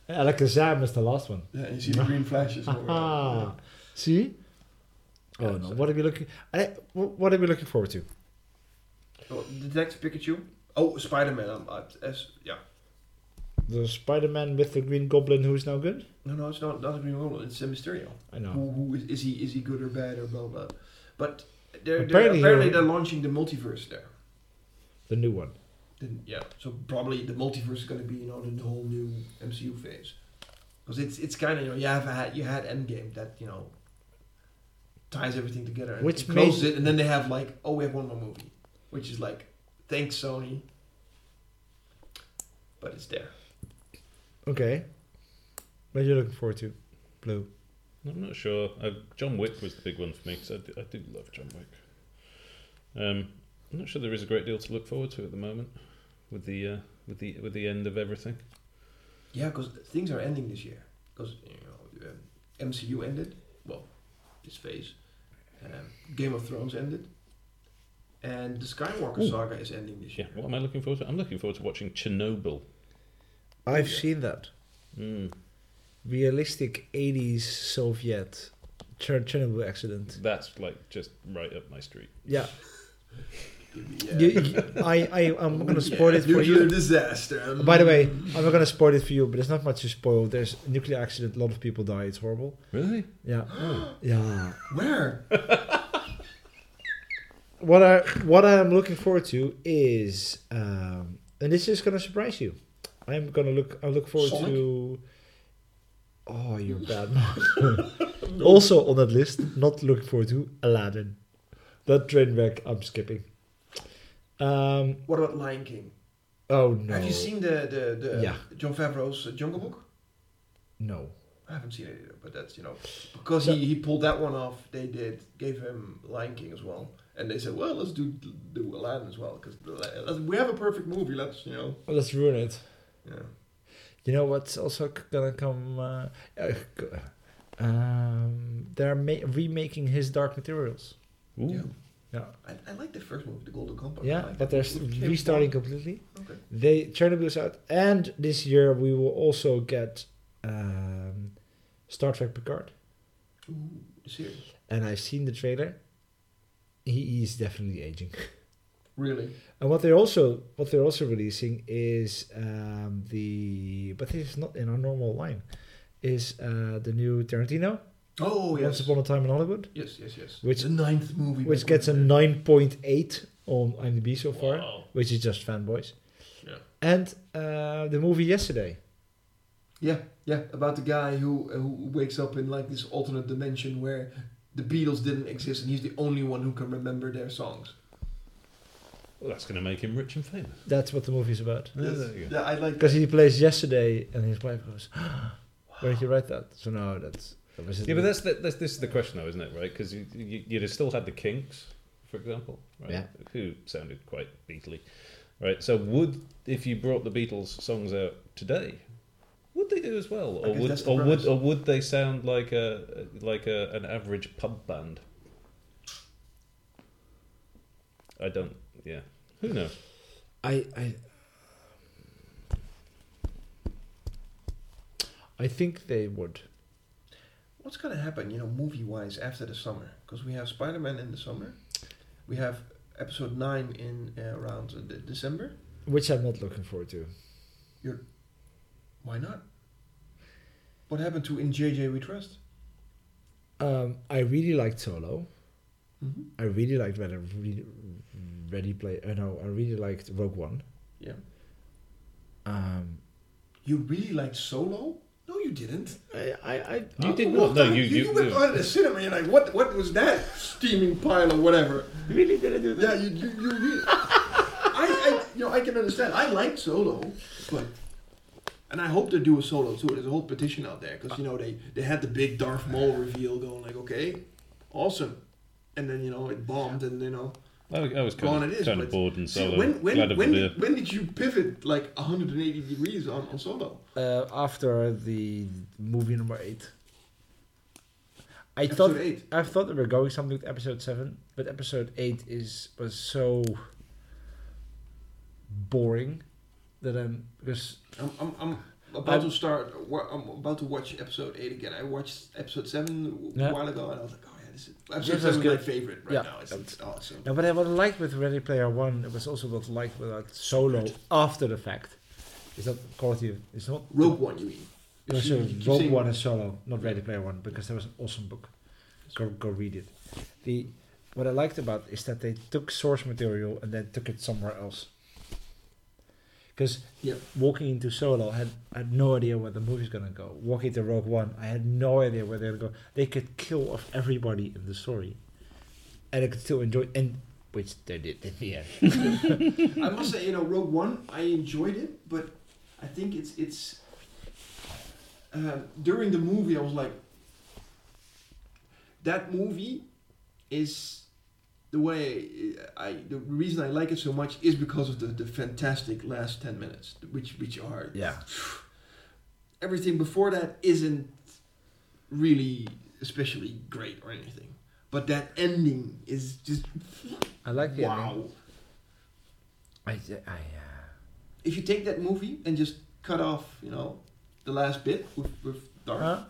S4: Alakazam is the last one.
S1: Yeah, you see the green flashes.
S4: Ah.
S1: over it.
S4: Aha. See? Oh no. What are we looking? I, wh- what are we looking forward to?
S1: Oh, Detect Pikachu. Oh, Spider Man. I'm uh, as, yeah.
S4: The Spider-Man with the Green Goblin, who is now good.
S1: No, no, it's not not a Green Goblin. It's a Mysterio.
S4: I know.
S1: Who, who is, is he? Is he good or bad or blah blah? But they're apparently,
S4: Apparently he-
S1: they're, apparently they're launching the multiverse there.
S4: The new one.
S1: Then, yeah, so probably the multiverse is going to be you know the whole new MCU phase because it's it's kind of you know you have had you had Endgame that you know ties everything together and
S4: Which
S1: it closes
S4: made-
S1: it, and then they have like oh we have one more movie, which is like thanks Sony, but it's there.
S4: Okay. What are you looking forward to? Blue.
S3: I'm not sure. i John Wick was the big one for me because I, d- I do love John Wick. Um, I'm not sure there is a great deal to look forward to at the moment with the uh, with the with the end of everything.
S1: Yeah, because things are ending this year. Because you know, um, MCU ended. Well, this phase. Um, Game of Thrones ended. And the Skywalker
S3: Ooh.
S1: saga is ending this
S3: Yeah,
S1: year.
S3: what am I looking forward to? I'm looking forward to watching Chernobyl.
S4: I've seen that
S3: Mm,
S4: realistic '80s Soviet Cher- Chernobyl accident.
S3: that's like just right up my street.
S4: Yeah,
S1: Yeah.
S4: You- you- I, I, I'm not gonna spoil
S1: (laughs)
S4: it for
S1: Nuclear
S4: you.
S1: disaster. um,
S4: By the way, I'm not gonna spoil it for you, but there's not much to spoil. There's a nuclear accident, a lot of people die. It's horrible.
S3: Really?
S1: (gasps)
S4: Yeah, yeah.
S1: where?
S4: What I what I'm looking forward to is, um, and this is gonna surprise you. I'm gonna look. I look forward
S1: Sonic?
S4: to. Oh, you're bad.
S1: (laughs)
S4: also on that list, not looking forward to Aladdin. That train wreck, I'm skipping. Um.
S1: What about Lion King?
S4: Oh no.
S1: Have you seen the the, the
S4: Yeah.
S1: John Favreau's uh, Jungle Book?
S4: No.
S1: I haven't seen it either, but that's you know because he, he pulled that one off. They did gave him Lion King as well, and they said, well, let's do do Aladdin as well because we have a perfect movie. Let's you know.
S4: Let's ruin it.
S1: Yeah.
S4: You know what's also c- gonna come? Uh, uh, c- um, they're ma- remaking his Dark Materials.
S3: Ooh.
S1: Yeah.
S4: Yeah,
S1: I, I like the first movie, The Golden Compass. I
S4: yeah,
S1: like
S4: but
S1: it.
S4: they're
S1: With James
S4: restarting
S1: Bond.
S4: completely.
S1: Okay.
S4: They Chernobyl is out, and this year we will also get um, Star Trek Picard.
S1: Ooh, the series.
S4: And I've seen the trailer. He is definitely aging.
S1: Really?
S4: And what they're also what they're also releasing is um, the but this is not in our normal line is uh, the new Tarantino
S1: Oh
S4: Once
S1: yes.
S4: Upon a Time in Hollywood,
S1: Yes, yes, yes.
S4: Which-
S1: the ninth movie,
S4: which gets a nine point eight on IMDb so far,
S7: Wow.
S4: which is just fanboys.
S1: Yeah.
S4: And uh, the movie yesterday.
S1: Yeah, yeah, about the guy who who wakes up in like this alternate dimension where the Beatles didn't exist, and he's the only one who can remember their songs.
S3: Well, that's going to make him rich and famous.
S4: That's what the movie is about.
S3: There you go.
S1: Yeah, I like
S4: Because he plays yesterday, and his wife goes, (gasps) "Where did you write that?" So no, that's that was it.
S3: Yeah, but that's, the, that's this is the question though, isn't it? Right? Because you, you, you'd have still had the Kinks, for example, right?
S4: Yeah.
S3: Who sounded quite Beatly, right? So would if you brought the Beatles songs out today, would they do as well,
S1: I
S3: or
S1: guess
S3: would
S1: that's the
S3: or
S1: premise.
S3: would or would they sound like a like a, an average pub band? I don't. Yeah. Who knows?
S4: I I I think they would.
S1: what's gonna happen, you know, movie wise after the summer, because we have Spider Man in the summer, we have Episode Nine in uh, around uh, de- December.
S4: Which I'm not looking forward to.
S1: Why not? What happened to In JJ We Trust?
S4: Um, I really liked Solo.
S1: Mm-hmm.
S4: I really liked Ready, Ready, Ready Play. Uh, no, I really liked Rogue One.
S1: Yeah.
S4: Um,
S1: You really liked Solo? No, you didn't.
S4: I, I, I
S3: You
S1: Oh,
S3: did
S1: well,
S3: not. No,
S1: you,
S3: you-
S1: you,
S3: you-
S1: went
S3: you-
S1: out of the cinema. You're like, what? What was that steaming pile or whatever?
S4: really did I do
S1: Yeah, you, you, you really. I, I, you know, I can understand. I like Solo, but. And I hope they do a solo too. There's a whole petition out there because you know they they had the big Darth Maul reveal going like, okay, awesome, and then you know it bombed and you know
S3: I, I was
S1: gone
S3: kind
S1: it
S3: of,
S1: is.
S3: kind
S1: But
S3: of bored and
S1: see,
S3: solo.
S1: when when
S3: glad of
S1: when
S3: the beer.
S1: did, when did you pivot like 180 degrees on, on solo?
S4: Uh, after the movie number eight. I
S1: Episode
S4: thought
S1: eight.
S4: I thought they were going something with episode seven, but episode eight is was so boring that I'm because
S1: I'm I'm, I'm about to
S4: I'm-
S1: start. wa- I'm about to watch episode eight again. I watched episode seven w-
S4: Yeah.
S1: a while ago, and I was like, oh yeah, this is
S4: This
S1: episode
S4: is
S1: seven is my
S4: good.
S1: favorite right
S4: Yeah.
S1: now. It's, it's awesome.
S4: now what I what I liked with Ready Player One, it was also what I liked without solo after the fact. Is that quality of it's not
S1: Rogue One, you mean?
S4: No,
S1: You-
S4: so
S1: you keep
S4: Rogue
S1: saying-
S4: One and Solo, not Ready Player One, because that was an awesome book. Go go read it. The what I liked about is that they took source material and then took it somewhere else. Because
S1: Yeah.
S4: walking into Solo, I had I had no idea where the movie's gonna go. Walking into Rogue One, I had no idea where they're gonna go. They could kill off everybody in the story, and I could still enjoy. And which they did in the end.
S1: I must say, you know, Rogue One, I enjoyed it, but I think it's it's. Uh, during the movie, I was like, that movie is the way I the reason I like it so much is because of the, the fantastic last ten minutes, which which are
S8: Yeah.
S1: everything before that isn't really especially great or anything, but that ending is just
S4: I like the
S1: wow.
S4: ending. I, I, uh,
S1: If you take that movie and just cut off, you know, the last bit with, with Darth,
S8: Huh?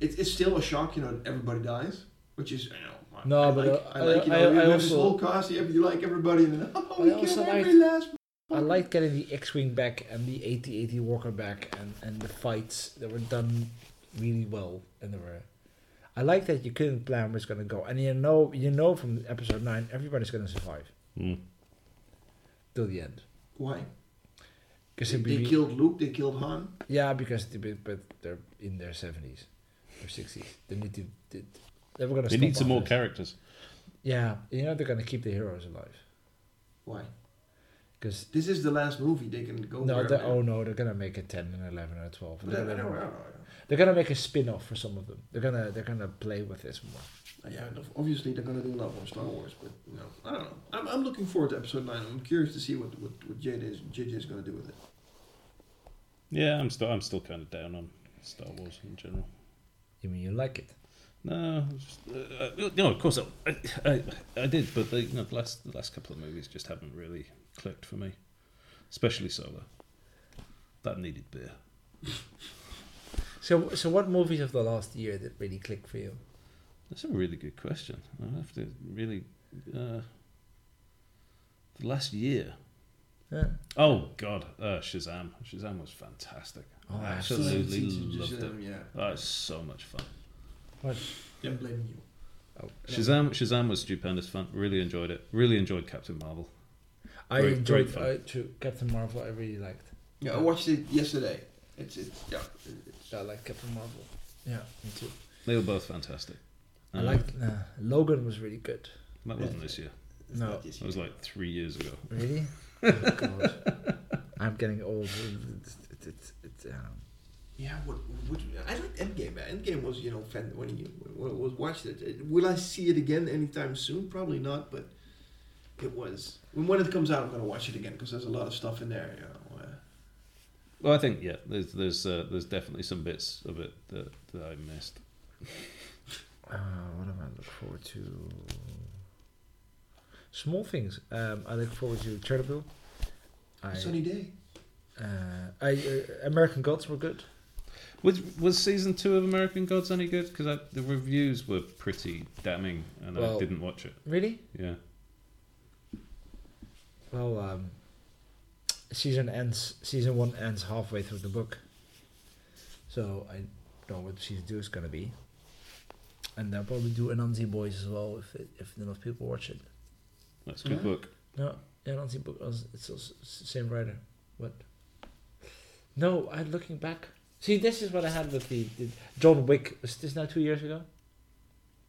S1: it's it's still a shock, you know, that everybody dies, which is you know. I-
S8: No,
S1: I
S8: but,
S1: like,
S8: uh,
S1: I like you know,
S8: I- I-
S1: you
S8: I
S1: have this
S8: also-
S1: whole cast, you, have- you like everybody, and then (laughs) oh,
S4: I
S1: we
S4: also
S1: killed
S4: liked-
S1: every last.
S4: I like getting the X-wing back and the 8080 Walker back and, and the fights that were done really well and there were. I like that you couldn't plan where it's going to go, and you know, you know from episode nine, everybody's going to survive
S3: Mm.
S4: till the end.
S1: Why?
S4: Because
S1: They, they killed Luke. They killed Han.
S4: Yeah, because they, but- but they're in their seventies or sixties. They need to. They, they're gonna.
S3: They
S4: stop
S3: need some more
S4: after this.
S3: characters.
S4: Yeah, you know they're gonna keep the heroes alive
S1: Why?
S4: because
S1: This is the last movie they can go.
S4: no,
S1: wherever
S4: they're,
S1: they-
S4: oh no, they're gonna make a ten and eleven or twelve.
S1: But
S4: They're
S1: then- I
S4: gonna,
S1: don't know.
S4: they're gonna make a spin off for some of them. They're gonna they're gonna play with this more.
S1: Yeah, obviously they're gonna do a lot more Star Wars, but you know, I don't know. I'm, I'm looking forward to Episode Nine. I'm curious to see what what what JJ is JJ is gonna do with it.
S3: Yeah, I'm still I'm still kind of down on Star Wars in general.
S4: You mean you like it?
S3: No, it's just, uh, uh, you know, of course I, I, I did, but the, you know, the last the last couple of movies just haven't really clicked for me, especially Solo. That needed beer.
S4: So so what movies of the last year that really click for you?
S3: That's a really good question. I have to really. Uh, the last year.
S4: Yeah.
S3: Oh God, uh, Shazam! Shazam was fantastic.
S4: Oh,
S3: I
S4: I've
S3: absolutely
S1: Season-
S3: loved
S1: season-
S3: it.
S1: Yeah,
S3: That was so much fun.
S1: I'm blaming you.
S3: Shazam! Shazam was stupendous fun. Really enjoyed it. Really enjoyed Captain Marvel.
S4: I
S3: Great- great
S4: enjoyed
S3: fun.
S4: I, too, Captain Marvel. I really liked.
S1: Yeah, I watched it yesterday. It's it's yeah. It's,
S4: I like Captain Marvel. Yeah, me too.
S3: They were both fantastic.
S4: I
S3: Um,
S4: liked uh, Logan was really good.
S3: That wasn't this year.
S1: it's
S4: No.
S1: not this
S3: That was
S1: year.
S3: like three years ago.
S4: Really? (laughs) Oh, God. I'm getting old. It's, it's, it's, it's, um,
S1: Yeah, what, what, I liked Endgame. man. Endgame was, you know, fan, when you when I was watched it. it- Will I see it again anytime soon? Probably not, but it was. When, when it comes out, I'm gonna watch it again because there's a lot of stuff in there. You know, uh,
S3: Well, I think yeah, there's there's uh, there's definitely some bits of it that, that I missed.
S4: uh, what am I looking forward to? Small things. Um, I look forward to Chernobyl. I,
S1: sunny day.
S4: uh, I uh, American Gods were good.
S3: Was was season two of American Gods any good? Because the reviews were pretty damning, and I
S4: Well-
S3: didn't watch it.
S4: Really?
S3: Yeah,
S4: Well, um, season ends. Season one ends halfway through the book, so I don't know what season two is gonna be. And they'll probably do Anansi Boys as well if it, if enough people watch it.
S3: that's a good
S1: Yeah.
S3: book.
S4: No, yeah, I don't think book. It's the same writer. What? No, I'm looking back. See, this is what I had with the, the John Wick. Is this now two years ago?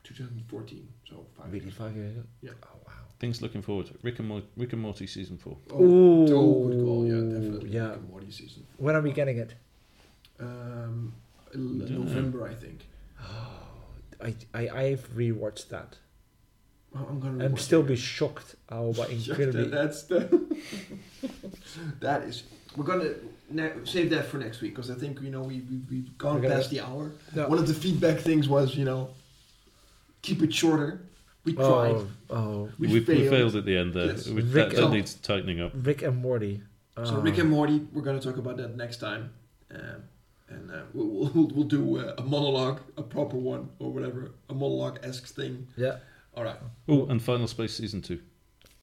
S1: 2014, so five.
S4: Really,
S1: years.
S4: five years ago.
S1: Yeah.
S4: Oh wow.
S3: Things looking forward to Rick and Mor- Rick and Morty season four.
S1: Oh,
S4: Ooh,
S1: oh, good call. Yeah, definitely.
S4: yeah.
S1: Rick and Morty season.
S4: When are we getting it?
S1: Um, l-
S3: Yeah.
S1: November, I think.
S4: Oh, I I I've rewatched that.
S1: I'm- I'm gonna.
S4: I'm
S1: rewatch
S4: still
S1: it.
S4: be shocked how
S1: (laughs)
S4: about
S1: Yeah, that-
S4: incredibly.
S1: that's the. (laughs) that is. We're gonna ne- save that for next week because I think you know we we we've gone
S4: We're gonna-
S1: past the hour.
S4: No.
S1: One of the feedback things was you know, keep it shorter. We tried.
S4: Oh, oh,
S1: We,
S3: We, we,
S1: failed.
S3: failed. at the end there.
S1: Yes.
S3: We-
S4: Rick
S3: that, that
S1: and-
S3: needs tightening up.
S4: Rick and Morty.
S1: So
S4: Oh.
S1: Rick and Morty, we're gonna talk about that next time, um, and uh, we'll, we'll we'll do uh, a monologue, a proper one or whatever, a monologue esque thing.
S4: Yeah.
S1: All right.
S3: Oh, and Final Space season two.